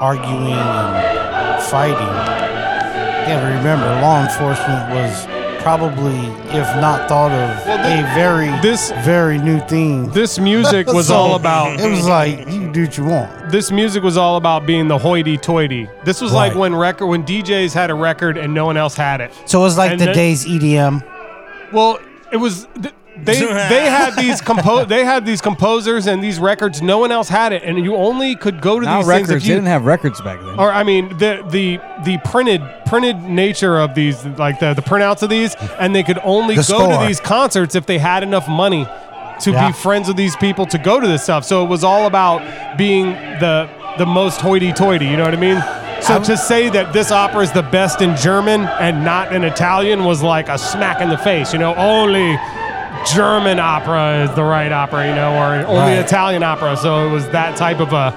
[SPEAKER 3] arguing and fighting, you gotta remember law enforcement was probably, if not thought of, a very
[SPEAKER 2] this-
[SPEAKER 3] very new thing.
[SPEAKER 2] This music was
[SPEAKER 3] So,
[SPEAKER 2] all about
[SPEAKER 3] It was like you can do what you want.
[SPEAKER 2] this music was all about being the hoity-toity. This was like
[SPEAKER 3] Right.
[SPEAKER 2] when record when DJs had a record and no one else had it.
[SPEAKER 3] So it was like
[SPEAKER 2] And
[SPEAKER 3] the
[SPEAKER 2] then-
[SPEAKER 3] day's E EDM.
[SPEAKER 2] Well, it was th- they they had these compo- they had these composers and these records. No one else had it, and you only could go to
[SPEAKER 1] Not
[SPEAKER 2] these
[SPEAKER 1] records.
[SPEAKER 2] things if
[SPEAKER 1] they
[SPEAKER 2] you.
[SPEAKER 1] didn't have records back then.
[SPEAKER 2] or I mean the the the printed printed nature of these like the the printouts of these and they could only
[SPEAKER 3] The
[SPEAKER 2] go to
[SPEAKER 3] score.
[SPEAKER 2] these concerts if they had enough money to
[SPEAKER 3] Yeah.
[SPEAKER 2] be friends with these people to go to this stuff. So it was all about being the the most hoity-toity. You know what I mean? So to say that this opera is the best in German and not in Italian was like a smack in the face. You know, only German opera is the right opera. You know, or only
[SPEAKER 3] Right.
[SPEAKER 2] Italian opera. So it was that type of a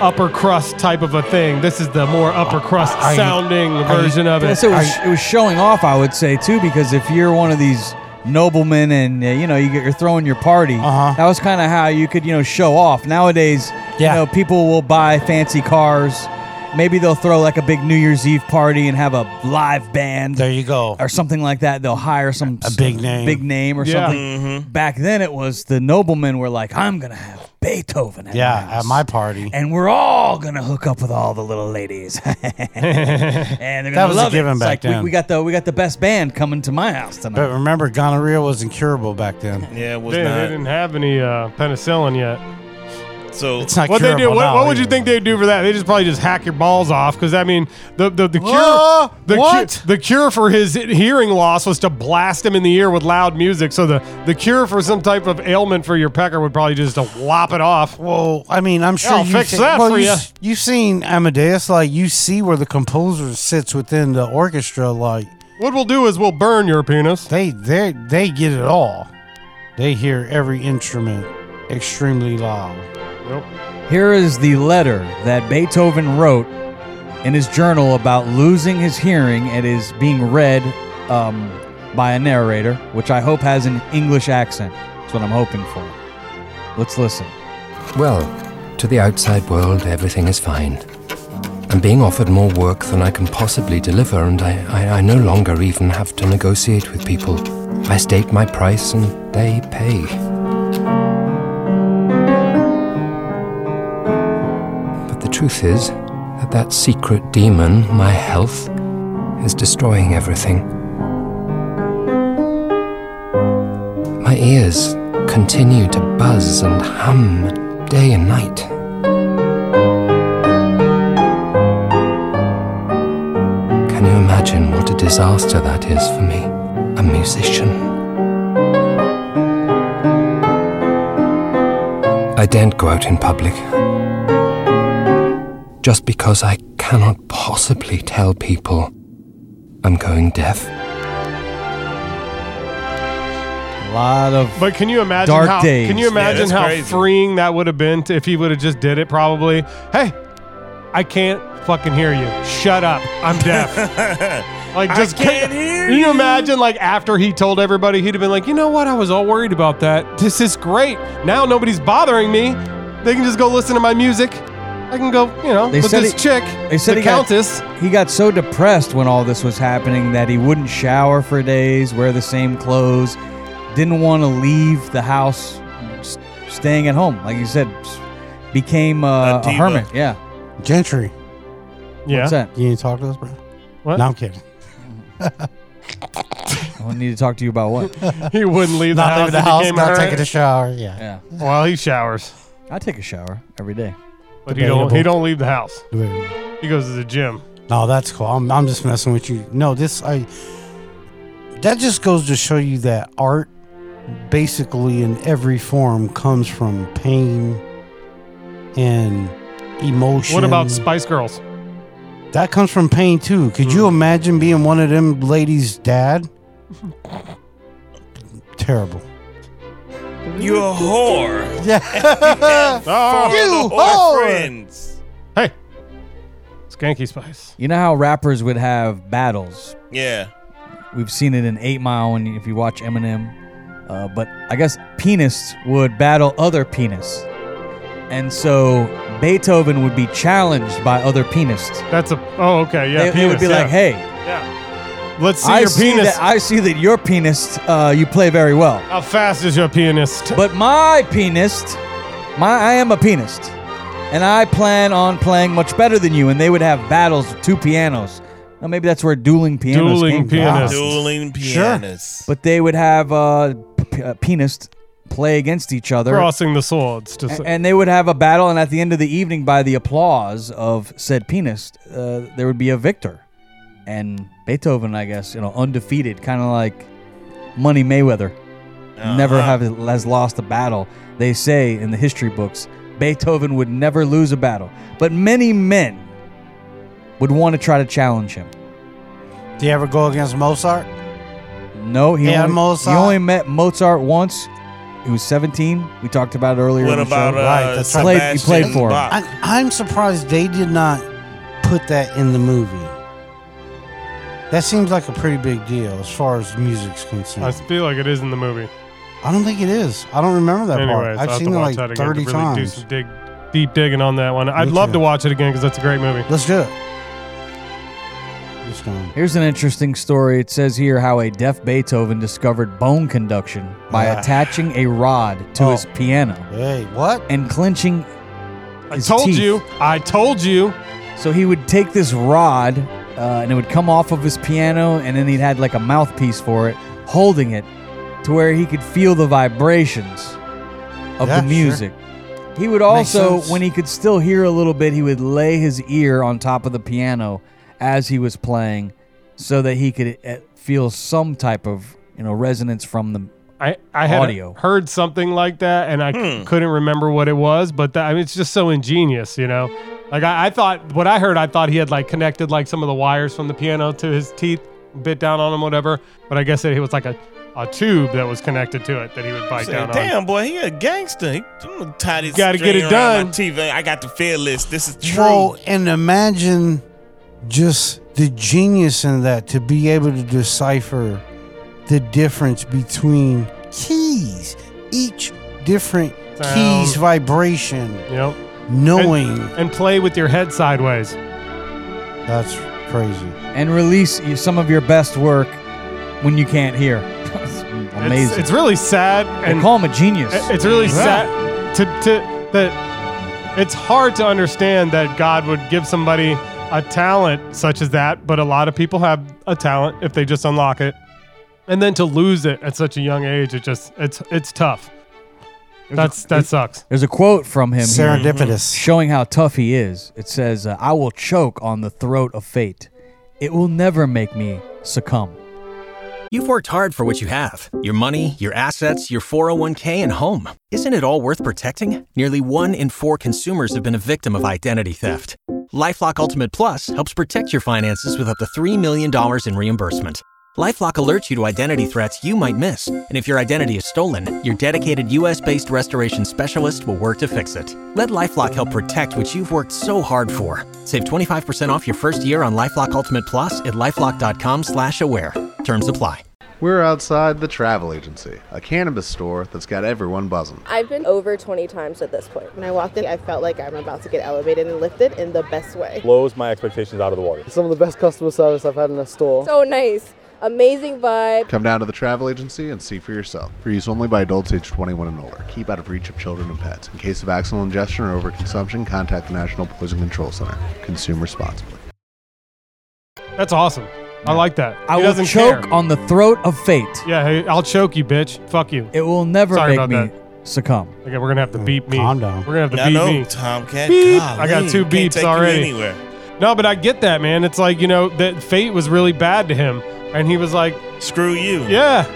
[SPEAKER 2] upper crust type of a thing. This is the more upper crust
[SPEAKER 3] I-
[SPEAKER 2] sounding version of it.
[SPEAKER 1] Plus, it was it was showing off, I would say too, because if you're one of these noblemen and uh, you know you get, you're throwing your party,
[SPEAKER 3] Uh-huh.
[SPEAKER 1] that was kind of how you could you know show off. Nowadays,
[SPEAKER 3] Yeah.
[SPEAKER 1] you know, people will buy fancy cars. Maybe they'll throw like a big New Year's Eve party and have a live band
[SPEAKER 3] There you go.
[SPEAKER 1] or something like that. They'll hire some
[SPEAKER 3] A big name.
[SPEAKER 1] big name or
[SPEAKER 2] Yeah.
[SPEAKER 1] something. Back then, it was the noblemen were like, "I'm gonna have Beethoven." At
[SPEAKER 3] Yeah,
[SPEAKER 1] my
[SPEAKER 3] at
[SPEAKER 1] house."
[SPEAKER 3] my party.
[SPEAKER 1] and we're all gonna hook up with all the little ladies, and they're gonna
[SPEAKER 3] That was a
[SPEAKER 1] love it.
[SPEAKER 3] given
[SPEAKER 1] It's
[SPEAKER 3] back
[SPEAKER 1] like we-
[SPEAKER 3] then.
[SPEAKER 1] We, got the we got the best band coming to my house
[SPEAKER 3] But
[SPEAKER 1] tonight.
[SPEAKER 3] remember, gonorrhea was incurable back then.
[SPEAKER 4] Yeah, it was
[SPEAKER 2] They, they
[SPEAKER 4] not.
[SPEAKER 2] didn't have any uh, penicillin yet.
[SPEAKER 4] So
[SPEAKER 3] It's not
[SPEAKER 2] what they do?
[SPEAKER 3] curable
[SPEAKER 2] What,
[SPEAKER 3] now
[SPEAKER 2] what would you
[SPEAKER 3] either.
[SPEAKER 2] think they'd do for that? They just probably just hack your balls off because I mean the the, the cure
[SPEAKER 3] Uh,
[SPEAKER 2] the
[SPEAKER 3] what?
[SPEAKER 2] Cure, the cure for his hearing loss was to blast him in the ear with loud music. So the the cure for some type of ailment for your pecker would probably just to lop it off.
[SPEAKER 3] Well, I mean, I'm sure
[SPEAKER 2] I'll
[SPEAKER 3] you
[SPEAKER 2] fix that for
[SPEAKER 3] you.
[SPEAKER 2] ya.
[SPEAKER 3] s- You've seen Amadeus, like you see where the composer sits within the orchestra. Like
[SPEAKER 2] What we'll do is we'll burn your penis.
[SPEAKER 3] they, they, they get it all. They hear every instrument extremely loud.
[SPEAKER 1] Here is the letter that Beethoven wrote in his journal about losing his hearing. It is being read um, by a narrator, which I hope has an English accent. That's what I'm hoping for. Let's listen.
[SPEAKER 9] Well, to the outside world, everything is fine. I'm being offered more work than I can possibly deliver, and I, I, I no longer even have to negotiate with people. I state my price and they pay. But the truth is that that secret demon, my health, is destroying everything. My ears continue to buzz and hum day and night. Can you imagine what a disaster that is for me, a musician? I daren't go out in public. Just because I cannot possibly tell people I'm going deaf.
[SPEAKER 1] A lot of.
[SPEAKER 2] But can you imagine
[SPEAKER 1] Dark
[SPEAKER 2] how
[SPEAKER 1] days.
[SPEAKER 2] can you
[SPEAKER 1] Yeah,
[SPEAKER 2] imagine
[SPEAKER 4] that's
[SPEAKER 2] how
[SPEAKER 4] crazy.
[SPEAKER 2] freeing that would have been to, if he would have just did it? Probably. Hey, I can't fucking hear you. Shut up. I'm deaf. like
[SPEAKER 4] I
[SPEAKER 2] just
[SPEAKER 4] can't hear
[SPEAKER 2] Can you
[SPEAKER 4] you.
[SPEAKER 2] imagine like after he told everybody, he'd have been like, you know what? I was all worried about that. This is great. Now nobody's bothering me. They can just go listen to my music. I can go, you know,
[SPEAKER 1] They
[SPEAKER 2] with
[SPEAKER 1] said
[SPEAKER 2] this
[SPEAKER 1] he-
[SPEAKER 2] chick,
[SPEAKER 1] they said
[SPEAKER 2] the
[SPEAKER 1] he got-
[SPEAKER 2] countess.
[SPEAKER 1] He got so depressed when all this was happening that he wouldn't shower for days, wear the same clothes, didn't want to leave the house, s- staying at home. Like you said, s- became uh, a,
[SPEAKER 4] diva.
[SPEAKER 1] hermit. Yeah.
[SPEAKER 3] Gentry,
[SPEAKER 2] yeah.
[SPEAKER 1] What's that?
[SPEAKER 3] you need to talk to us, bro.
[SPEAKER 2] What?
[SPEAKER 3] No, I'm kidding.
[SPEAKER 1] I need to talk to you about what?
[SPEAKER 2] He wouldn't leave the
[SPEAKER 3] Not
[SPEAKER 2] house.
[SPEAKER 3] leaving the
[SPEAKER 2] He
[SPEAKER 3] house,
[SPEAKER 2] became
[SPEAKER 3] not
[SPEAKER 2] her-
[SPEAKER 3] taking a shower. Yeah,
[SPEAKER 1] Yeah.
[SPEAKER 2] Well, he showers,
[SPEAKER 1] I take a shower every day.
[SPEAKER 2] but he don't. He
[SPEAKER 3] Debatable.
[SPEAKER 2] don't leave the house. He goes to the gym.
[SPEAKER 3] No, that's cool. I'm, I'm just messing with you. No, this I. That just goes to show you that art, basically in every form, comes from pain and emotion.
[SPEAKER 2] What about Spice Girls?
[SPEAKER 3] that? Comes from pain too. Could you
[SPEAKER 2] Hmm.
[SPEAKER 3] imagine being one of them ladies' dad? Terrible.
[SPEAKER 4] you a whore.
[SPEAKER 3] Yeah.
[SPEAKER 2] Oh,
[SPEAKER 4] For
[SPEAKER 3] You
[SPEAKER 4] the
[SPEAKER 3] whore.
[SPEAKER 4] Friends.
[SPEAKER 2] Hey, Skanky Spice.
[SPEAKER 1] You know how rappers would have battles.
[SPEAKER 4] Yeah.
[SPEAKER 1] We've seen it in Eight Mile, and if you watch Eminem, uh, but I guess penists would battle other penists, and so Beethoven would be challenged by other penists.
[SPEAKER 2] That's a. Oh, okay. Yeah.
[SPEAKER 1] they, they would
[SPEAKER 2] penis,
[SPEAKER 1] be
[SPEAKER 2] yeah.
[SPEAKER 1] like, "Hey,
[SPEAKER 2] let's see
[SPEAKER 1] I
[SPEAKER 2] your
[SPEAKER 1] see
[SPEAKER 2] penis.
[SPEAKER 1] that I see that your penis, uh, you play very well,
[SPEAKER 2] How fast is your pianist?
[SPEAKER 1] but my penis, my I am a penis, and I plan on playing much better than you." And they would have battles of two pianos. Now maybe that's where dueling pianos
[SPEAKER 2] Dueling
[SPEAKER 1] came from.
[SPEAKER 2] pianists.
[SPEAKER 4] Dueling pianists.
[SPEAKER 1] but they would have uh, p- p- uh, penists play against each other,
[SPEAKER 2] Crossing the swords to.
[SPEAKER 1] a-
[SPEAKER 2] say-
[SPEAKER 1] and, they would have a battle. And at the end of the evening, by the applause of said penist, uh, there would be a victor. And Beethoven, I guess, you know, undefeated, kind of like Money Mayweather,
[SPEAKER 4] Uh-huh.
[SPEAKER 1] never have has lost a battle. They say in the history books, Beethoven would never lose a battle, but many men would want to try to challenge him.
[SPEAKER 3] Do you ever go against Mozart?
[SPEAKER 1] No, he,
[SPEAKER 3] Yeah,
[SPEAKER 1] only,
[SPEAKER 3] Mozart.
[SPEAKER 1] he only met Mozart once. He was 17. We talked about it earlier.
[SPEAKER 4] What
[SPEAKER 1] in the
[SPEAKER 4] about
[SPEAKER 1] show.
[SPEAKER 4] uh,
[SPEAKER 3] Right, that's
[SPEAKER 1] right. Played- he
[SPEAKER 4] Sebastian
[SPEAKER 1] played for him.
[SPEAKER 4] Bach?
[SPEAKER 3] I, I'm surprised they did not put that in the movie. That seems like a pretty big deal as far as music's concerned.
[SPEAKER 2] I feel like it is in the movie.
[SPEAKER 3] I don't think it is. I don't remember that part.
[SPEAKER 2] Anyways,
[SPEAKER 3] I've
[SPEAKER 2] I'll
[SPEAKER 3] seen it
[SPEAKER 2] have
[SPEAKER 3] like
[SPEAKER 2] to watch that again
[SPEAKER 3] 30
[SPEAKER 2] to really do
[SPEAKER 3] times.
[SPEAKER 2] some dig, deep digging on that one. I'd
[SPEAKER 3] Me
[SPEAKER 2] love
[SPEAKER 3] too.
[SPEAKER 2] to watch it again because that's a great movie.
[SPEAKER 3] Let's do it. Let's do it.
[SPEAKER 1] Here's an interesting story. It says here how a deaf Beethoven discovered bone conduction by
[SPEAKER 3] Ah.
[SPEAKER 1] attaching a rod to
[SPEAKER 3] Oh.
[SPEAKER 1] his piano
[SPEAKER 3] Hey, what?
[SPEAKER 1] and clenching.
[SPEAKER 2] I
[SPEAKER 1] his
[SPEAKER 2] told
[SPEAKER 1] teeth.
[SPEAKER 2] you. I told you.
[SPEAKER 1] So he would take this rod uh, and it would come off of his piano, and then he'd had like a mouthpiece for it, holding it to where he could feel the vibrations of
[SPEAKER 3] Yeah,
[SPEAKER 1] the
[SPEAKER 3] sure.
[SPEAKER 1] music. He would
[SPEAKER 3] Makes
[SPEAKER 1] also,
[SPEAKER 3] sense.
[SPEAKER 1] when he could still hear a little bit, he would lay his ear on top of the piano as he was playing, so that he could eh, feel some type of you know resonance from the
[SPEAKER 2] I, I had
[SPEAKER 1] audio.
[SPEAKER 2] heard something like that and I c-
[SPEAKER 1] Hmm.
[SPEAKER 2] couldn't remember what it was, but that, I mean, it's just so ingenious, you know? Like, I, I thought, what I heard, I thought he had like connected like some of the wires from the piano to his teeth, bit down on him, whatever. But I guess it, it was like a, a tube that was connected to it that he would bite
[SPEAKER 4] Say,
[SPEAKER 2] down on.
[SPEAKER 4] Damn, boy, he a gangster. He, I'm gonna tie this
[SPEAKER 2] Gotta
[SPEAKER 4] string
[SPEAKER 2] get it
[SPEAKER 4] around
[SPEAKER 2] done.
[SPEAKER 4] My TV. I got the fear list. This is true.
[SPEAKER 3] Well, and imagine just the genius in that to be able to decipher the difference between keys, each different
[SPEAKER 2] Sound.
[SPEAKER 3] keys vibration,
[SPEAKER 2] Yep.
[SPEAKER 3] knowing
[SPEAKER 2] And, and play with your head sideways.
[SPEAKER 3] that's crazy.
[SPEAKER 1] and release y- some of your best work when you can't hear. It's amazing.
[SPEAKER 2] It's, it's really sad.
[SPEAKER 1] They
[SPEAKER 2] And
[SPEAKER 1] call him a genius.
[SPEAKER 2] It- It's really
[SPEAKER 1] Yeah.
[SPEAKER 2] sad to, to that it's hard to understand that God would give somebody a talent such as that, but a lot of people have a talent if they just unlock it. And then to lose it at such a young age, it just it's it's tough. That's that sucks.
[SPEAKER 1] There's a quote from him here
[SPEAKER 3] Serendipitous.
[SPEAKER 1] showing how tough he is. It says, uh, "I will choke on the throat of fate. It will never make me succumb."
[SPEAKER 10] You've worked hard for what you have your money, your assets, your 401k, and home. Isn't it all worth protecting? Nearly one in four consumers have been a victim of identity theft. Lifelock Ultimate Plus helps protect your finances with up to $3 million in reimbursement. Lifelock alerts you to identity threats you might miss. And if your identity is stolen, your dedicated US based restoration specialist will work to fix it. Let Lifelock help protect what you've worked so hard for. Save 25% off your first year on Lifelock Ultimate Plus at lifelock.com slash aware. Terms apply.
[SPEAKER 11] We're outside the travel agency, a cannabis store that's got everyone buzzing.
[SPEAKER 12] I've been over 20 times at this point. When I walked in, I felt like I'm about to get elevated and lifted in the best way.
[SPEAKER 13] blows my expectations out of the water.
[SPEAKER 14] Some of the best customer service I've had in a store.
[SPEAKER 12] So nice. Amazing vibe.
[SPEAKER 11] Come down to the travel agency and see for yourself. For use only by adults aged 21 and older. Keep out of reach of children and pets. In case of accidental ingestion or overconsumption, contact the National Poison Control Center. Consume responsibly.
[SPEAKER 2] That's awesome. I like that.
[SPEAKER 1] I
[SPEAKER 2] He
[SPEAKER 1] will
[SPEAKER 2] doesn't
[SPEAKER 1] choke
[SPEAKER 2] care.
[SPEAKER 1] on the throat of fate.
[SPEAKER 2] Yeah, hey, I'll choke you, bitch. Fuck you.
[SPEAKER 1] It Mm, will never
[SPEAKER 2] Sorry
[SPEAKER 1] make
[SPEAKER 2] about
[SPEAKER 1] me
[SPEAKER 2] that.
[SPEAKER 1] succumb.
[SPEAKER 2] Okay, we're gonna have to beep me. Calm down. We're gonna have to
[SPEAKER 4] I
[SPEAKER 2] beep
[SPEAKER 4] know,
[SPEAKER 2] me.
[SPEAKER 4] Tomcat.
[SPEAKER 2] Beep.
[SPEAKER 4] Golly,
[SPEAKER 2] I got two
[SPEAKER 4] can't take
[SPEAKER 2] beeps
[SPEAKER 4] you
[SPEAKER 2] already.
[SPEAKER 4] anywhere.
[SPEAKER 2] No, but I get that, man. It's like you know that fate was really bad to him, and he was like,
[SPEAKER 4] "Screw you."
[SPEAKER 2] Yeah,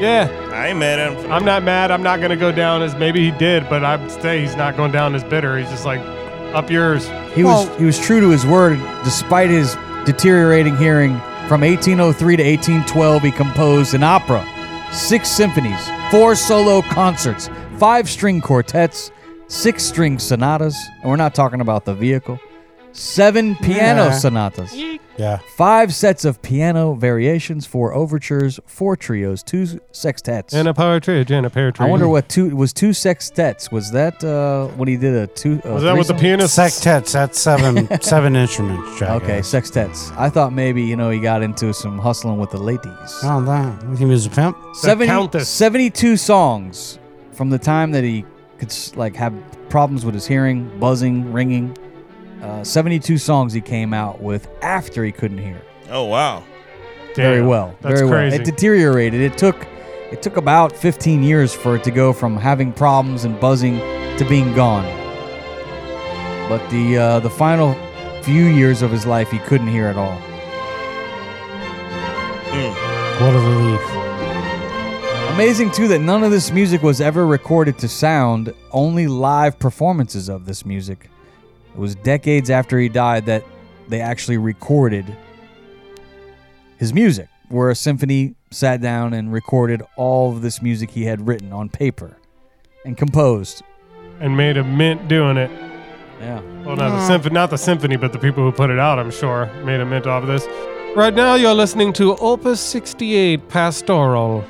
[SPEAKER 2] yeah.
[SPEAKER 4] I ain't mad at him.
[SPEAKER 2] I'm not mad. I'm not gonna go down as maybe he did, but I'd say he's not going down as bitter. He's just like, up yours.
[SPEAKER 1] He was he was true to his word despite his deteriorating hearing. From 1803 to 1812, he composed an opera, six symphonies, four solo concerts, five string quartets, six string sonatas, and we're not talking about the vehicle, seven piano
[SPEAKER 3] Yeah.
[SPEAKER 1] sonatas,
[SPEAKER 2] Mm-hmm.
[SPEAKER 3] Yeah.
[SPEAKER 1] five sets of piano variations, four overtures, four trios, two sextets.
[SPEAKER 2] in a partridge in a pear tree.
[SPEAKER 1] I wonder what two was two sextets. Was that uh, when he did a two? Uh,
[SPEAKER 2] Was that with the
[SPEAKER 1] threesome?
[SPEAKER 2] pianist?
[SPEAKER 3] Sextets, that's seven seven instruments, Jack.
[SPEAKER 1] Okay, sextets. I thought maybe, you know, he got into some hustling with the ladies.
[SPEAKER 4] Uh,
[SPEAKER 3] Oh, that. He was a pimp.
[SPEAKER 1] 70, 72 songs from the time that he could s- like have problems with his hearing, buzzing, ringing. Uh, 72 songs he came out with after he couldn't hear.
[SPEAKER 4] Oh wow.
[SPEAKER 1] very
[SPEAKER 4] Damn,
[SPEAKER 1] well.
[SPEAKER 4] that's
[SPEAKER 1] very
[SPEAKER 4] crazy.
[SPEAKER 1] well. It deteriorated. It took it took about 15 years for it to go from having problems and buzzing to being gone. But the uh, the final few years of his life he couldn't hear at all.
[SPEAKER 3] What a relief.
[SPEAKER 1] Amazing too that none of this music was ever recorded to sound, only live performances of this music. It was decades after he died that they actually recorded his music, where a symphony sat down and recorded all of this music he had written on paper and composed.
[SPEAKER 2] And made a mint doing it.
[SPEAKER 1] Yeah.
[SPEAKER 2] Well, not the symphony, not the symphony, but the people who put it out. I'm sure made a mint off of this. Right now, you're listening to Opus 68 Pastoral,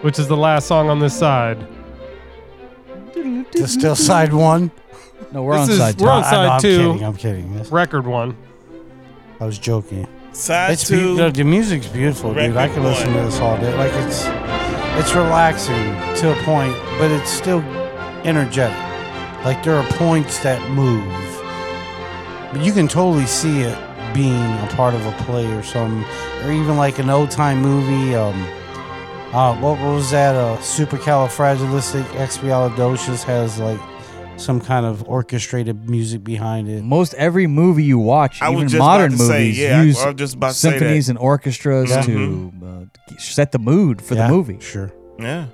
[SPEAKER 2] which is the last song on this side.
[SPEAKER 3] This still side one.
[SPEAKER 1] No,
[SPEAKER 2] we're This on is- side two. we're on
[SPEAKER 3] I- I know,
[SPEAKER 2] side
[SPEAKER 3] I'm
[SPEAKER 2] two.
[SPEAKER 3] kidding, I'm kidding. This-
[SPEAKER 2] Record one.
[SPEAKER 3] I was joking.
[SPEAKER 4] Side
[SPEAKER 3] it's beau-
[SPEAKER 4] two.
[SPEAKER 3] the- the music's beautiful, dude. I
[SPEAKER 4] Record
[SPEAKER 3] can listen to
[SPEAKER 4] one.
[SPEAKER 3] this all day. Like it's it's relaxing to a point, but it's still energetic. Like there are points that move, but you can totally see it being a part of a play or some, or even like an old time movie. Um, uh, what was that? Uh, Supercalifragilisticexpialidocious has like some kind of orchestrated music behind it.
[SPEAKER 1] Most every movie you watch,
[SPEAKER 3] I was
[SPEAKER 1] even
[SPEAKER 3] just about
[SPEAKER 1] modern
[SPEAKER 3] to say,
[SPEAKER 1] movies,
[SPEAKER 3] yeah, I- I
[SPEAKER 1] use
[SPEAKER 3] was just about to say that.
[SPEAKER 1] symphonies and orchestras
[SPEAKER 3] Yeah. Mm-hmm.
[SPEAKER 1] to uh, set the mood for
[SPEAKER 3] Yeah,
[SPEAKER 1] the movie.
[SPEAKER 3] Sure.
[SPEAKER 4] Yeah.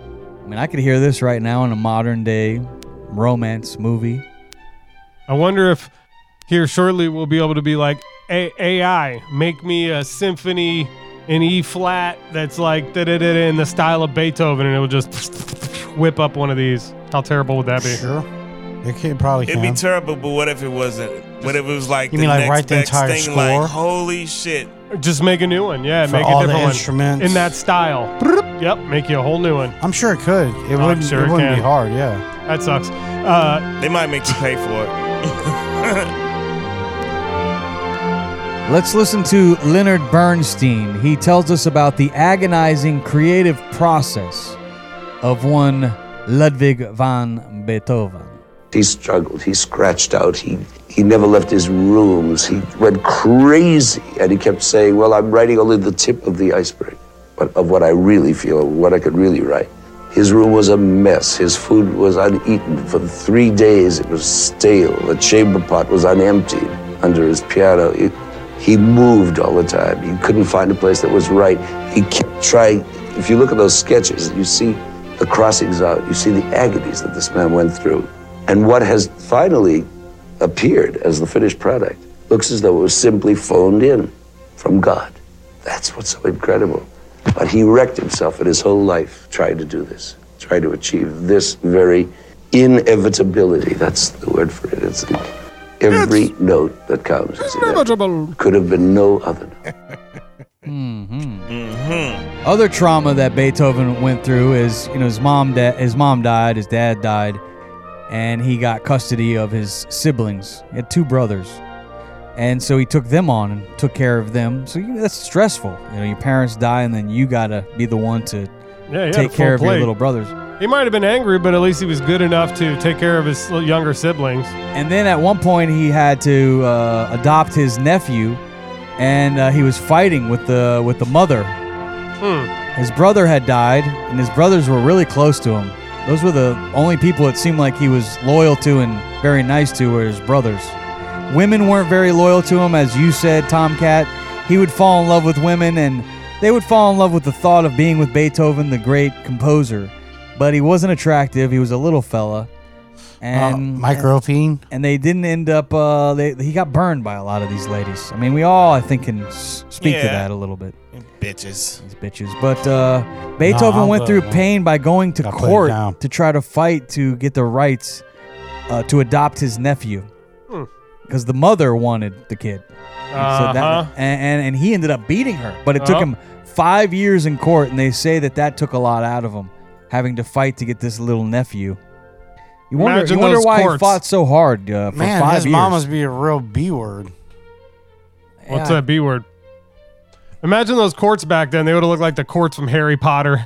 [SPEAKER 1] I mean, I could hear this right now in a modern day romance movie.
[SPEAKER 2] I wonder if here shortly we'll be able to be like a- AI, make me a symphony in E flat that's like da da da in the style of Beethoven, and it'll just whip up one of these. How terrible would that be?
[SPEAKER 3] Sure. It can probably
[SPEAKER 4] It'd be
[SPEAKER 3] can.
[SPEAKER 4] terrible, but what if it wasn't? What if it was like
[SPEAKER 3] You
[SPEAKER 4] the
[SPEAKER 3] mean, like,
[SPEAKER 4] next
[SPEAKER 3] write the
[SPEAKER 4] best
[SPEAKER 3] entire
[SPEAKER 4] thing? Like,
[SPEAKER 3] score?
[SPEAKER 4] holy shit!
[SPEAKER 2] Just make a new one. Yeah,
[SPEAKER 3] For
[SPEAKER 2] make
[SPEAKER 3] all
[SPEAKER 2] a
[SPEAKER 3] the
[SPEAKER 2] different one
[SPEAKER 3] instruments.
[SPEAKER 2] in that style. Broop. Yep, make you a whole new one.
[SPEAKER 3] I'm sure it could. It
[SPEAKER 2] I'm
[SPEAKER 3] wouldn't.
[SPEAKER 2] sure
[SPEAKER 3] it
[SPEAKER 2] it
[SPEAKER 3] wouldn't
[SPEAKER 2] can.
[SPEAKER 3] be hard. Yeah.
[SPEAKER 2] That sucks. Uh,
[SPEAKER 4] they might make you pay for it.
[SPEAKER 1] Let's listen to Leonard Bernstein. He tells us about the agonizing creative process of one Ludwig van Beethoven.
[SPEAKER 15] He struggled. He scratched out. He he never left his rooms. He went crazy, and he kept saying, "Well, I'm writing only the tip of the iceberg, but of what I really feel, what I could really write." His room was a mess. His food was uneaten for three days. It was stale. The chamber pot was unemptied under his piano. It, he moved all the time. He couldn't find a place that was right. He kept trying. If you look at those sketches, you see the crossings out. You see the agonies that this man went through. And what has finally appeared as the finished product looks as though it was simply phoned in from God. That's what's so incredible. But he wrecked himself in his whole life trying to do this, trying to achieve this very inevitability. That's the word for it. It's every note that comes. is inevitable. Could have been no other note.
[SPEAKER 1] Other trauma that Beethoven went through is, you know, his mom da- his mom died, his dad died, and he got custody of his siblings. He had two brothers, and so he took them on and took care of them. So you, that's stressful. You know, your parents die, and then you gotta be the one to
[SPEAKER 2] Yeah, he had a
[SPEAKER 1] take
[SPEAKER 2] full
[SPEAKER 1] care of your
[SPEAKER 2] plate.
[SPEAKER 1] little brothers.
[SPEAKER 2] he might have been angry, but at least he was good enough to take care of his younger siblings.
[SPEAKER 1] And then at one point, he had to uh, adopt his nephew, and uh, he was fighting with the with the mother. His brother had died, and his brothers were really close to him. Those were the only people it seemed like he was loyal to and very nice to were his brothers. Women weren't very loyal to him, as you said, Tomcat. He would fall in love with women, and they would fall in love with the thought of being with Beethoven, the great composer. But he wasn't attractive. He was a little fella,
[SPEAKER 3] Uh,
[SPEAKER 1] and
[SPEAKER 3] micropene.
[SPEAKER 1] And they didn't end up. Uh, they he got burned by a lot of these ladies. I mean, we all I think can s- speak to
[SPEAKER 4] Yeah.
[SPEAKER 1] that a little bit.
[SPEAKER 4] Bitches.
[SPEAKER 1] These bitches. But uh, Beethoven
[SPEAKER 4] Nah, I'm
[SPEAKER 1] went
[SPEAKER 4] good,
[SPEAKER 1] through
[SPEAKER 4] man.
[SPEAKER 1] pain by going to
[SPEAKER 4] Gotta put it down.
[SPEAKER 1] court to try to fight to get the rights uh, to adopt his nephew
[SPEAKER 2] Hmm.
[SPEAKER 1] because the mother wanted the kid. And,
[SPEAKER 2] Uh-huh.
[SPEAKER 1] and, and, and he ended up beating her, but it took
[SPEAKER 2] Oh.
[SPEAKER 1] him five years in court, and they say that that took a lot out of him, having to fight to get this little nephew. You wonder, you
[SPEAKER 3] Imagine
[SPEAKER 1] wonder
[SPEAKER 3] those
[SPEAKER 1] why
[SPEAKER 3] courts.
[SPEAKER 1] he fought so hard uh, for
[SPEAKER 3] Man,
[SPEAKER 1] five
[SPEAKER 3] his
[SPEAKER 1] years.
[SPEAKER 3] mom must be a real B word.
[SPEAKER 2] What's
[SPEAKER 3] Yeah.
[SPEAKER 2] that B word? Imagine those courts back then. They would have looked like the courts from Harry Potter.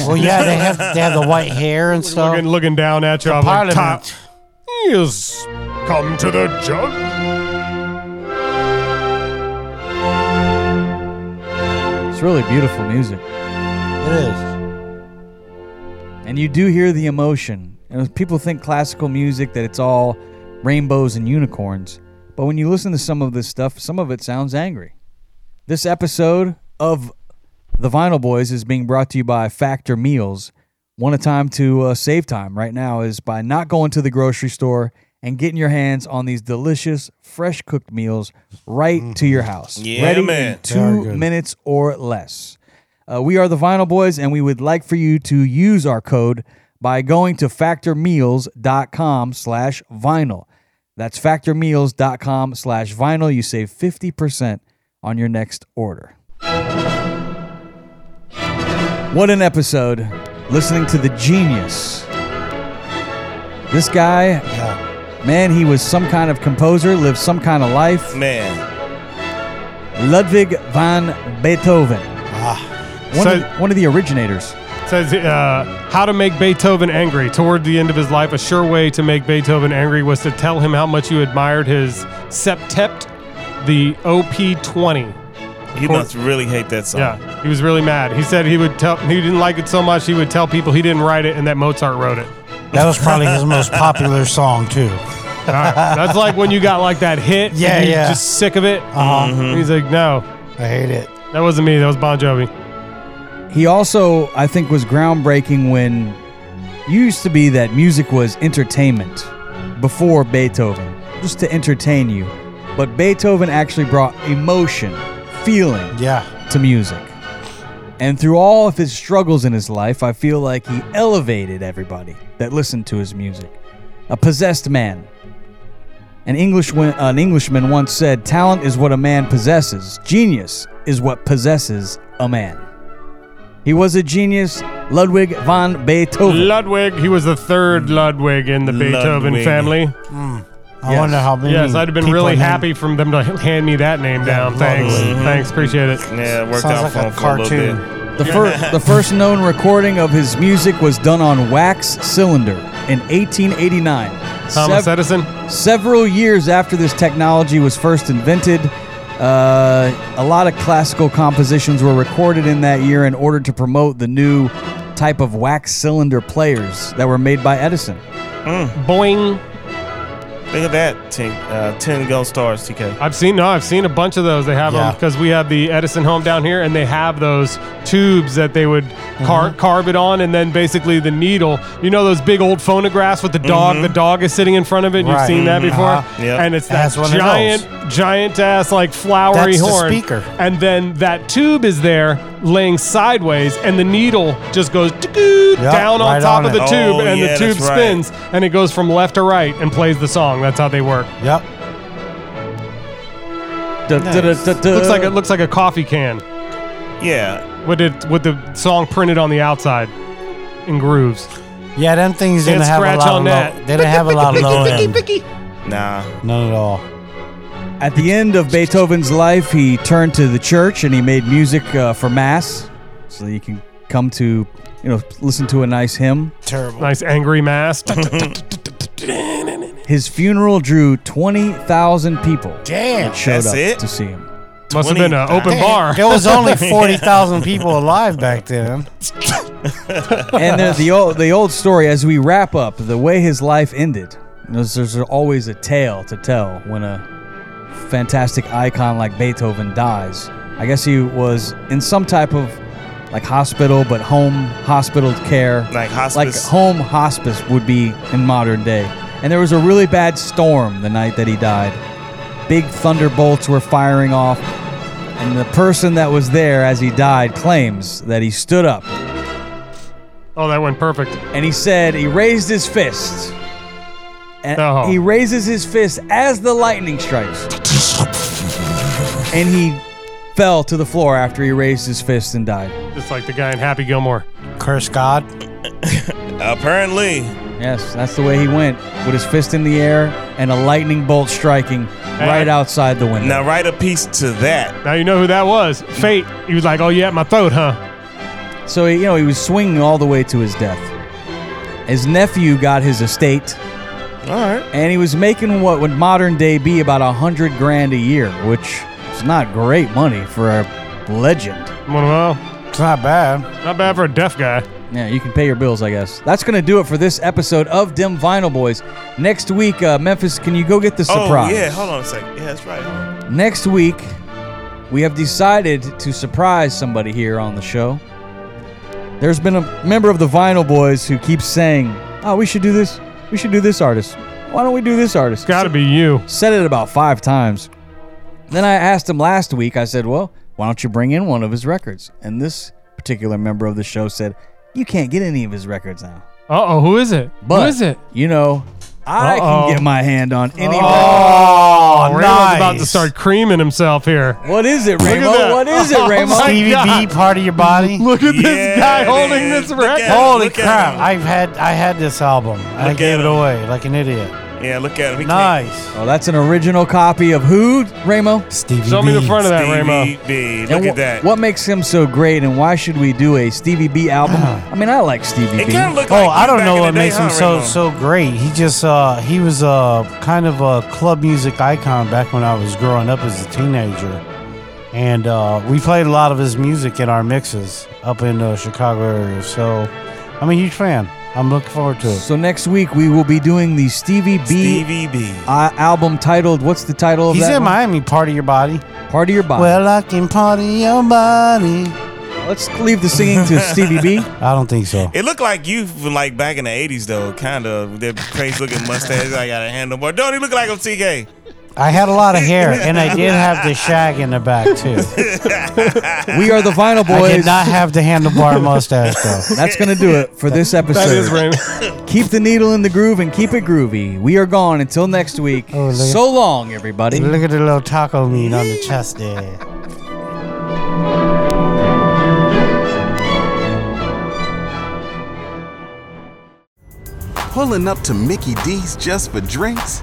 [SPEAKER 3] Well, yeah, they have they have the white hair and stuff.
[SPEAKER 2] Looking, looking down at you.
[SPEAKER 3] Oh. The
[SPEAKER 2] I'm like,
[SPEAKER 3] parliament.
[SPEAKER 2] "Top, Yes, come to the judge.
[SPEAKER 1] It's really beautiful music. It
[SPEAKER 3] is.
[SPEAKER 1] And you do hear the emotion. And if people think classical music that it's all rainbows and unicorns, but when you listen to some of this stuff, some of it sounds angry. This episode of The Vinyl Boys is being brought to you by Factor Meals. One a time to uh, save time right now is by not going to the grocery store and getting your hands on these delicious, fresh cooked meals right to your house.
[SPEAKER 4] Mm-hmm. Yeah,
[SPEAKER 1] Ready
[SPEAKER 4] man.
[SPEAKER 1] in
[SPEAKER 4] They are
[SPEAKER 1] two
[SPEAKER 4] good.
[SPEAKER 1] minutes or less. Uh, we are the Vinyl Boys, and we would like for you to use our code by going to factormeals.com slash vinyl. That's factormeals.com slash vinyl. You save 50% on your next order. What an episode. Listening to the genius. This guy, man, he was some kind of composer, lived some kind of life.
[SPEAKER 4] Man,
[SPEAKER 1] Ludwig van Beethoven. One,
[SPEAKER 2] So-
[SPEAKER 1] of, the- one of the originators.
[SPEAKER 2] Says uh, how to make Beethoven angry. Toward the end of his life, a sure way to make Beethoven angry was to tell him how much you admired his septet, the OP20.
[SPEAKER 4] he must really hate that song.
[SPEAKER 2] Yeah, he was really mad. He said he would tell he didn't like it so much he would tell people he didn't write it and that Mozart wrote it.
[SPEAKER 3] That was probably his most popular song too.
[SPEAKER 2] All right. That's like when you got like that hit. and
[SPEAKER 3] Yeah,
[SPEAKER 2] you're
[SPEAKER 3] yeah.
[SPEAKER 2] Just sick of it.
[SPEAKER 3] Uh-huh. Mhm.
[SPEAKER 2] He's like, no,
[SPEAKER 3] I hate it.
[SPEAKER 2] That wasn't me. That was Bon Jovi.
[SPEAKER 1] He also, I think, was groundbreaking when you used to be that music was entertainment before Beethoven, just to entertain you. But Beethoven actually brought emotion, feeling
[SPEAKER 3] yeah.
[SPEAKER 1] to music. And through all of his struggles in his life, I feel like he elevated everybody that listened to his music. A possessed man. An Englishman, an Englishman once said, Talent is what a man possesses, genius is what possesses a man. He was a genius, Ludwig von Beethoven.
[SPEAKER 2] Ludwig. He was the
[SPEAKER 3] Mm.
[SPEAKER 2] third Ludwig in the Beethoven
[SPEAKER 1] Ludwig.
[SPEAKER 2] family.
[SPEAKER 3] I wonder how many
[SPEAKER 2] Yes, I'd have been
[SPEAKER 3] Mm. people
[SPEAKER 2] really
[SPEAKER 3] named-
[SPEAKER 2] happy from them to hand me that name down. Thanks.
[SPEAKER 4] Ludwig.
[SPEAKER 2] Thanks. Appreciate it.
[SPEAKER 4] Yeah, it worked Sounds out like for a him for a little cartoon. bit.
[SPEAKER 1] The, fir- the first known recording of his music was done on wax cylinder in 1889.
[SPEAKER 2] Thomas Edison?
[SPEAKER 1] Several years after this technology was first invented, uh, a lot of classical compositions were recorded in that year in order to promote the new type of wax cylinder players that were made by Edison.
[SPEAKER 2] Boing.
[SPEAKER 4] Think of that. Ten, uh, 10 gold stars, TK.
[SPEAKER 2] I've seen no, I've seen a bunch of those. They have them
[SPEAKER 4] Yeah.
[SPEAKER 2] because we have the Edison home down here, and they have those tubes that they would
[SPEAKER 4] Mm-hmm.
[SPEAKER 2] car- carve it on, and then basically the needle. You know those big old phonographs with the dog.
[SPEAKER 4] Mhm.
[SPEAKER 2] The dog is sitting in front of it. You've
[SPEAKER 4] Right.
[SPEAKER 2] seen that
[SPEAKER 4] Mhm.
[SPEAKER 2] before,
[SPEAKER 4] Uh-huh. Yep.
[SPEAKER 2] and it's that
[SPEAKER 4] That's one of
[SPEAKER 2] giant, giant ass like flowery
[SPEAKER 4] That's the
[SPEAKER 2] horn
[SPEAKER 4] speaker.
[SPEAKER 2] and then that tube is there laying sideways, and the needle just goes down
[SPEAKER 4] Yep,
[SPEAKER 2] on
[SPEAKER 4] right
[SPEAKER 2] top
[SPEAKER 4] on
[SPEAKER 2] of the
[SPEAKER 4] it.
[SPEAKER 2] tube,
[SPEAKER 4] Oh,
[SPEAKER 2] and
[SPEAKER 4] yeah,
[SPEAKER 2] the tube
[SPEAKER 4] that's right.
[SPEAKER 2] spins, and it goes from left to right and plays the song. That's how they work.
[SPEAKER 3] Yep.
[SPEAKER 1] Du-du-du-du-du.
[SPEAKER 2] Looks like it looks like a coffee can.
[SPEAKER 4] Yeah.
[SPEAKER 2] With it with the song printed on the outside in grooves.
[SPEAKER 3] Yeah, them things
[SPEAKER 2] Can't
[SPEAKER 3] didn't have a
[SPEAKER 2] scratch
[SPEAKER 3] lot
[SPEAKER 2] on
[SPEAKER 3] of low,
[SPEAKER 2] that.
[SPEAKER 3] They didn't have a lot of low end.
[SPEAKER 4] Nah.
[SPEAKER 3] None at all.
[SPEAKER 1] At the end of Beethoven's life, he turned to the church and he made music uh, for mass, so that you can come to, you know, listen to a nice hymn.
[SPEAKER 3] Terrible.
[SPEAKER 2] Nice angry mass.
[SPEAKER 1] His funeral drew twenty thousand people.
[SPEAKER 3] Damn.
[SPEAKER 1] that showed
[SPEAKER 3] That's
[SPEAKER 1] up
[SPEAKER 3] it?
[SPEAKER 1] to see him.
[SPEAKER 2] Must have been an open
[SPEAKER 3] Dang,
[SPEAKER 2] bar.
[SPEAKER 3] There was only 40,000 people alive back then.
[SPEAKER 1] and the, the old the old story as we wrap up the way his life ended you know, there's always a tale to tell when a fantastic icon like beethoven dies i guess he was in some type of like hospital but home hospital care
[SPEAKER 4] Like hospice.
[SPEAKER 1] like home hospice would be in modern day and there was a really bad storm the night that he died big thunderbolts were firing off and the person that was there as he died claims that he stood up
[SPEAKER 2] Oh, that went perfect.
[SPEAKER 1] and he said he raised his fist. And
[SPEAKER 2] Oh.
[SPEAKER 1] he raises his fist as the lightning strikes. and he fell to the floor after he raised his fist and died.
[SPEAKER 2] Just like the guy in Happy Gilmore.
[SPEAKER 3] Curse God.
[SPEAKER 4] Apparently.
[SPEAKER 1] Yes, that's the way he went with his fist in the air and a lightning bolt striking right outside the window.
[SPEAKER 4] Now write a piece to that.
[SPEAKER 2] Now you know who that was. Fate. He was like, Oh yeah, my throat, huh?
[SPEAKER 1] So you know he was swinging all the way to his death. His nephew got his estate.
[SPEAKER 4] All right.
[SPEAKER 1] And he was making what would modern day be about a hundred grand a year, which is not great money for a legend.
[SPEAKER 2] Well,
[SPEAKER 3] it's not bad.
[SPEAKER 2] Not bad for a deaf guy.
[SPEAKER 1] Yeah, you can pay your bills, I guess. That's gonna do it for this episode of Dim Vinyl Boys. Next week, uh, Memphis, can you go get the surprise?
[SPEAKER 4] Oh, yeah. Hold on a second. Yeah, that's right.
[SPEAKER 1] Next week, we have decided to surprise somebody here on the show. There's been a member of the Vinyl Boys who keeps saying, "Oh, we should do this. We should do this artist. Why don't we do this artist?"
[SPEAKER 2] Got to be you.
[SPEAKER 1] Said it about 5 times. Then I asked him last week. I said, "Well, why don't you bring in one of his records?" And this particular member of the show said, "You can't get any of his records now."
[SPEAKER 2] Uh oh, who is it?
[SPEAKER 1] But
[SPEAKER 2] who is it?
[SPEAKER 1] You know, I
[SPEAKER 2] Uh-oh.
[SPEAKER 1] can get my hand on any.
[SPEAKER 2] Oh, Raymond's
[SPEAKER 1] nice.
[SPEAKER 2] about to start creaming himself here.
[SPEAKER 1] What is it,
[SPEAKER 2] Look at
[SPEAKER 1] Ramo?
[SPEAKER 2] that.
[SPEAKER 1] What is it,
[SPEAKER 2] Oh,
[SPEAKER 1] Ramo?
[SPEAKER 2] my
[SPEAKER 3] Stevie
[SPEAKER 2] God.
[SPEAKER 3] B, part of your body.
[SPEAKER 2] Look at
[SPEAKER 3] Yeah,
[SPEAKER 2] this guy
[SPEAKER 3] it
[SPEAKER 2] holding
[SPEAKER 3] is.
[SPEAKER 2] this record.
[SPEAKER 3] Holy crap! I've had I had this album. I
[SPEAKER 4] Look
[SPEAKER 3] gave
[SPEAKER 4] at
[SPEAKER 3] it
[SPEAKER 4] him.
[SPEAKER 3] away like an idiot.
[SPEAKER 4] Yeah, look at him. He
[SPEAKER 3] Nice.
[SPEAKER 1] Oh, that's an original copy of who, Ramo?
[SPEAKER 3] Stevie
[SPEAKER 2] Show me the
[SPEAKER 3] B.
[SPEAKER 2] front of that,
[SPEAKER 4] Stevie
[SPEAKER 2] Ramo.
[SPEAKER 4] B.
[SPEAKER 1] And
[SPEAKER 4] Look
[SPEAKER 1] wh-
[SPEAKER 4] at that.
[SPEAKER 1] What makes him so great, and why should we do a Stevie B album? I mean, I like Stevie
[SPEAKER 4] It
[SPEAKER 1] B.
[SPEAKER 4] kinda look
[SPEAKER 3] Oh,
[SPEAKER 4] like
[SPEAKER 3] I
[SPEAKER 4] you
[SPEAKER 3] don't
[SPEAKER 4] back
[SPEAKER 3] know
[SPEAKER 4] in
[SPEAKER 3] what
[SPEAKER 4] the day,
[SPEAKER 3] makes him
[SPEAKER 4] huh,
[SPEAKER 3] so
[SPEAKER 4] Raymond?
[SPEAKER 3] so great. He just uh he was uh kind of a club music icon back when I was growing up as a teenager. And uh we played a lot of his music in our mixes up in the Chicago area. So I'm a huge fan. I'm looking forward to it.
[SPEAKER 1] So next week we will be doing the Stevie B,
[SPEAKER 3] Stevie B.
[SPEAKER 1] Uh, album titled. What's the title of
[SPEAKER 3] He's
[SPEAKER 1] that?
[SPEAKER 3] in
[SPEAKER 1] one?
[SPEAKER 3] Miami. Part of your body.
[SPEAKER 1] Part of your body.
[SPEAKER 3] Well, I can part of your body.
[SPEAKER 1] Let's leave the singing to Stevie B.
[SPEAKER 3] I don't think so.
[SPEAKER 4] It looked like you from like back in the eighties though, kind of that face looking mustache. I got a handlebar. Don't he look like I'm TK?
[SPEAKER 3] I had a lot of hair, and I did have the shag in the back too.
[SPEAKER 1] we are the Vinyl
[SPEAKER 3] I
[SPEAKER 1] Boys.
[SPEAKER 3] did not have the handlebar mustache though.
[SPEAKER 1] That's gonna do it for this episode.
[SPEAKER 3] is
[SPEAKER 1] keep the needle in the groove and keep it groovy. We are gone until next week.
[SPEAKER 3] Oh, look at-
[SPEAKER 1] so long, everybody.
[SPEAKER 3] Look at the little taco meat on the chest there.
[SPEAKER 5] Pulling up to Mickey D's just for drinks?